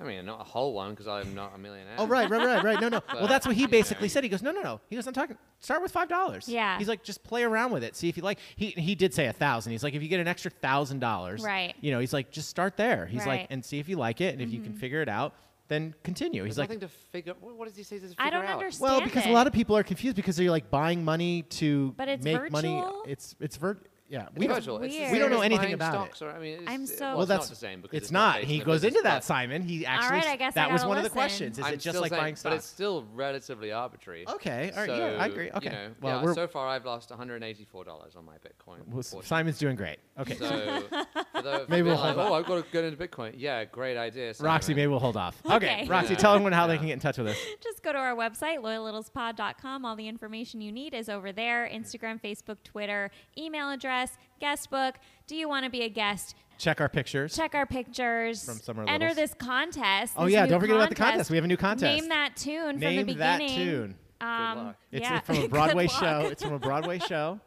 Speaker 5: I mean, not a whole one because I'm not a millionaire.
Speaker 4: Oh right, right, right, right. No, no. well,
Speaker 5: But,
Speaker 4: that's what he
Speaker 5: you know.
Speaker 4: basically said. He goes, no, no, no. He goes, I'm talking. Start with five dollars.
Speaker 3: Yeah.
Speaker 4: He's like, just play around with it. See if you like. He he did say a thousand. He's like, if you get an extra thousand dollars,
Speaker 3: Right.
Speaker 4: You know, he's like, just start there. He's
Speaker 3: Right. Mm-hmm.
Speaker 4: like, and see if you like it, and if you can figure it out, then continue.
Speaker 5: There's
Speaker 4: He's like,
Speaker 5: nothing to figure. What, what does he say? To figure
Speaker 3: I don't
Speaker 5: out?
Speaker 3: understand.
Speaker 4: well, because a
Speaker 3: it.
Speaker 4: lot of people are confused because they're like buying money to
Speaker 3: But it's
Speaker 4: make money.
Speaker 3: virtual?
Speaker 4: It's it's vir- Yeah, don't-
Speaker 5: We don't, it's the
Speaker 3: weird.
Speaker 5: same
Speaker 3: We don't
Speaker 5: as
Speaker 4: know anything
Speaker 5: buying
Speaker 4: about
Speaker 5: stocks
Speaker 4: it.
Speaker 5: Or, I mean, it's,
Speaker 3: I'm so-
Speaker 5: Well,
Speaker 4: Well, that's
Speaker 5: it's not the same because
Speaker 4: it's, not.
Speaker 5: based
Speaker 4: He
Speaker 5: on a
Speaker 4: goes
Speaker 5: business,
Speaker 4: into that,
Speaker 5: but
Speaker 4: Simon. He actually.
Speaker 3: right,
Speaker 4: s-
Speaker 3: I guess I
Speaker 4: that was
Speaker 3: gotta
Speaker 4: one of the
Speaker 3: listen.
Speaker 4: questions. Is
Speaker 5: I'm
Speaker 4: it just
Speaker 5: still
Speaker 4: like
Speaker 5: saying-
Speaker 4: buying
Speaker 5: But
Speaker 4: stocks?
Speaker 5: it's still relatively arbitrary.
Speaker 4: Okay, all right, yeah, I
Speaker 5: So,
Speaker 4: agree.
Speaker 5: you
Speaker 4: Okay.
Speaker 5: know,
Speaker 4: Well,
Speaker 5: yeah,
Speaker 4: we're-
Speaker 5: so far I've lost 184 dollars on my Bitcoin.
Speaker 4: Well,
Speaker 5: fortune.
Speaker 4: Simon's doing great. Okay.
Speaker 5: So, for those-
Speaker 4: Maybe we'll
Speaker 5: like,
Speaker 4: hold
Speaker 5: Oh, I've got to get into Bitcoin. Yeah, great idea. Simon.
Speaker 4: Roxy, maybe we'll hold off. Okay,
Speaker 3: Okay.
Speaker 4: Roxy,
Speaker 5: Yeah.
Speaker 4: tell everyone how they
Speaker 5: Yeah.
Speaker 4: can get in touch with us.
Speaker 3: Just go to our website, loyallittlespod.com. All the information you need is over there Instagram, Facebook, Twitter, email address, guest book. Do you want to be a guest?
Speaker 4: Check our pictures.
Speaker 3: Check our pictures.
Speaker 4: From Summer
Speaker 3: Enter
Speaker 4: Littles.
Speaker 3: this contest.
Speaker 4: Oh,
Speaker 3: this
Speaker 4: yeah,
Speaker 3: new
Speaker 4: don't forget about the contest. We have a new contest.
Speaker 3: Name that tune from the
Speaker 4: Name that
Speaker 3: beginning.
Speaker 4: tune.
Speaker 3: Um,
Speaker 5: luck.
Speaker 4: It's
Speaker 3: yeah.
Speaker 4: from a
Speaker 3: Good
Speaker 4: Broadway
Speaker 3: luck.
Speaker 4: show. It's from a Broadway show.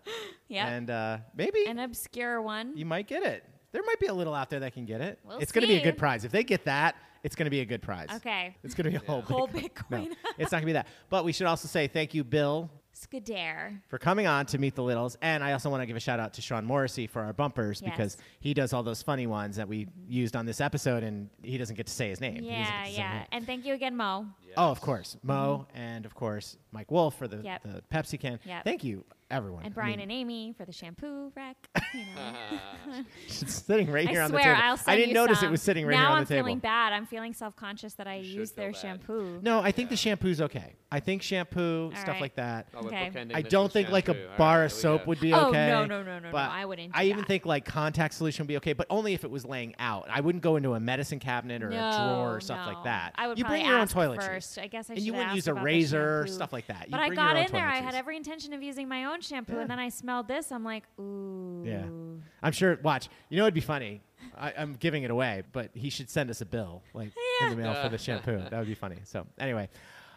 Speaker 3: Yep.
Speaker 4: And uh, maybe
Speaker 3: An obscure one.
Speaker 4: you might get it. There might be a little out there that can get it.
Speaker 3: We'll
Speaker 4: it's going to be a
Speaker 3: see.
Speaker 4: good prize. If they get that, it's going to be a good prize.
Speaker 3: Okay.
Speaker 4: It's going to be a whole
Speaker 3: Whole
Speaker 4: Bitcoin.
Speaker 3: Bitcoin.
Speaker 4: No, it's not going to be that. But we should also say thank you, Bill,
Speaker 3: Skadare.
Speaker 4: for coming on to Meet the Littles. And I also want to give a shout out to Sean Morrissey for our bumpers
Speaker 3: Yes.
Speaker 4: because he does all those funny ones that we used on this episode and he doesn't get to say his name. He doesn't get
Speaker 3: Yeah,
Speaker 4: to say
Speaker 3: yeah.
Speaker 4: his
Speaker 3: And thank you again, Mo.
Speaker 4: Oh, of course, Mo, and of course Mike Wolf for the,
Speaker 3: Yep.
Speaker 4: the Pepsi can.
Speaker 3: Yep.
Speaker 4: Thank you, everyone.
Speaker 3: And Brian and Amy for the shampoo rack. You know.
Speaker 5: Uh,
Speaker 4: and it's sitting right here
Speaker 3: I
Speaker 4: on the
Speaker 3: swear,
Speaker 4: table.
Speaker 3: I'll send
Speaker 4: I didn't
Speaker 3: you
Speaker 4: notice
Speaker 3: some.
Speaker 4: it was sitting right
Speaker 3: now
Speaker 4: here on
Speaker 3: I'm
Speaker 4: the table.
Speaker 3: feeling bad. I'm feeling self-conscious that I
Speaker 5: should
Speaker 3: used their
Speaker 5: feel bad.
Speaker 3: shampoo.
Speaker 4: No, I think the shampoo's okay. I think shampoo
Speaker 3: All
Speaker 4: stuff
Speaker 3: right.
Speaker 4: like that.
Speaker 5: Oh, we're
Speaker 3: Okay.
Speaker 5: bookending
Speaker 4: I
Speaker 5: this
Speaker 4: don't
Speaker 5: with
Speaker 4: think like
Speaker 5: shampoo. All
Speaker 4: a
Speaker 5: right,
Speaker 4: bar
Speaker 5: there
Speaker 4: of
Speaker 5: we
Speaker 4: soap
Speaker 5: go.
Speaker 4: would be
Speaker 3: Oh,
Speaker 4: okay.
Speaker 3: no, no, no, no, no.
Speaker 4: but
Speaker 3: I wouldn't do
Speaker 4: I even
Speaker 3: that.
Speaker 4: think like contact solution would be okay, but only if it was laying out. I wouldn't go into a medicine cabinet or a drawer
Speaker 3: No,
Speaker 4: or stuff
Speaker 3: no.
Speaker 4: like that.
Speaker 3: I would
Speaker 4: you bring
Speaker 3: probably
Speaker 4: your
Speaker 3: ask
Speaker 4: own toiletries.
Speaker 3: first. I guess I
Speaker 4: and you
Speaker 3: should
Speaker 4: wouldn't
Speaker 3: ask
Speaker 4: use a
Speaker 3: about the
Speaker 4: razor,
Speaker 3: shampoo.
Speaker 4: stuff like that. You
Speaker 3: but I
Speaker 4: bring
Speaker 3: got
Speaker 4: your own
Speaker 3: in there. I had
Speaker 4: toiletries.
Speaker 3: every intention of using my own shampoo, and then I smelled this. I'm like, ooh.
Speaker 4: Yeah. I'm sure. Watch. You know, it'd be funny. I, I'm giving it away, but he should send us a bill, like in the mail for the shampoo. That would be funny. So anyway,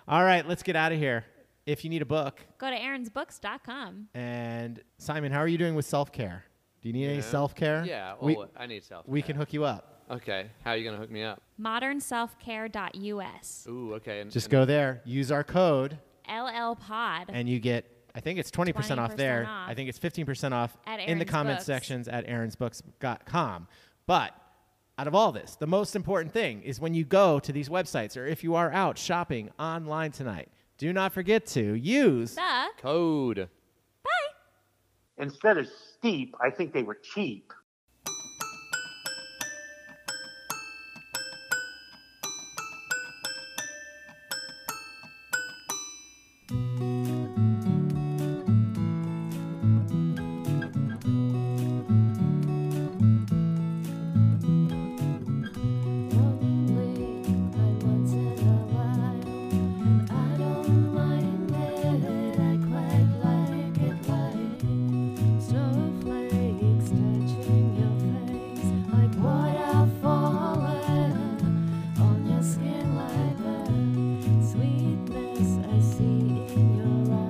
Speaker 4: all right, let's get out of here. If you need a book,
Speaker 3: Go to aaronsbooks.com.
Speaker 4: and Simon, how are you doing with self care? Do you need any
Speaker 5: Yeah.
Speaker 4: self care?
Speaker 5: Yeah,
Speaker 4: we,
Speaker 5: oh, I need self.
Speaker 4: we can hook you up.
Speaker 5: Okay, how are you gonna hook me up?
Speaker 3: Modernselfcare.us.
Speaker 5: Ooh, okay. And,
Speaker 4: Just
Speaker 5: and
Speaker 4: go there, use our code,
Speaker 3: LL Pod.
Speaker 4: and you get. I think it's 20%, off
Speaker 3: 20%
Speaker 4: there.
Speaker 3: off.
Speaker 4: I think it's 15% off
Speaker 3: At
Speaker 4: in the
Speaker 3: Aaron's
Speaker 4: comment
Speaker 3: Books.
Speaker 4: sections at aaronsbooks.com. But out of all this, the most important thing is when you go to these websites or if you are out shopping online tonight, do not forget to use.
Speaker 3: The
Speaker 5: Code.
Speaker 8: Instead of steep, I think they were cheap.
Speaker 7: Lonely, I once in a while, I don't mind it. I quite like it like snowflakes touching your face, like water falling on your skin like a sweetness I see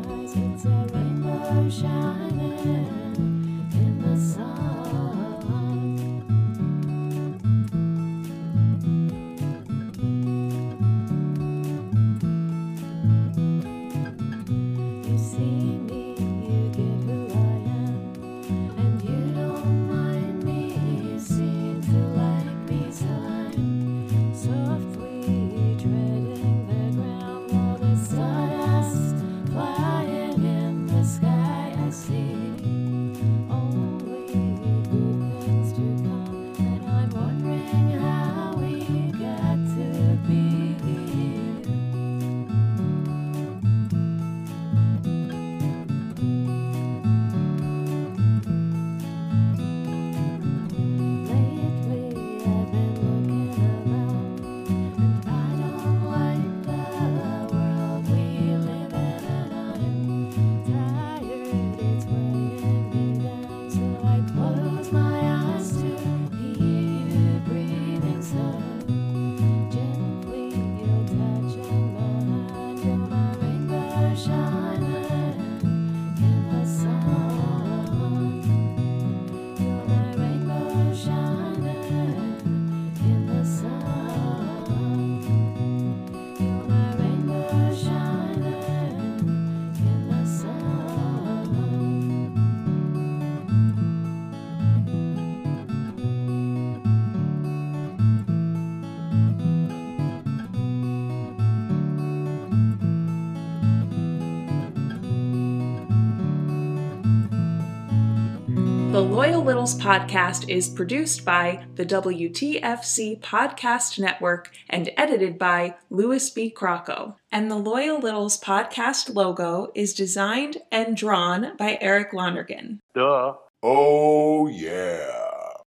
Speaker 1: The Loyal Littles podcast is produced by the WTFC Podcast Network and edited by Louis B. Crocco. And the Loyal Littles podcast logo is designed and drawn by Eric Lonergan.
Speaker 8: Duh.
Speaker 11: Oh, yeah.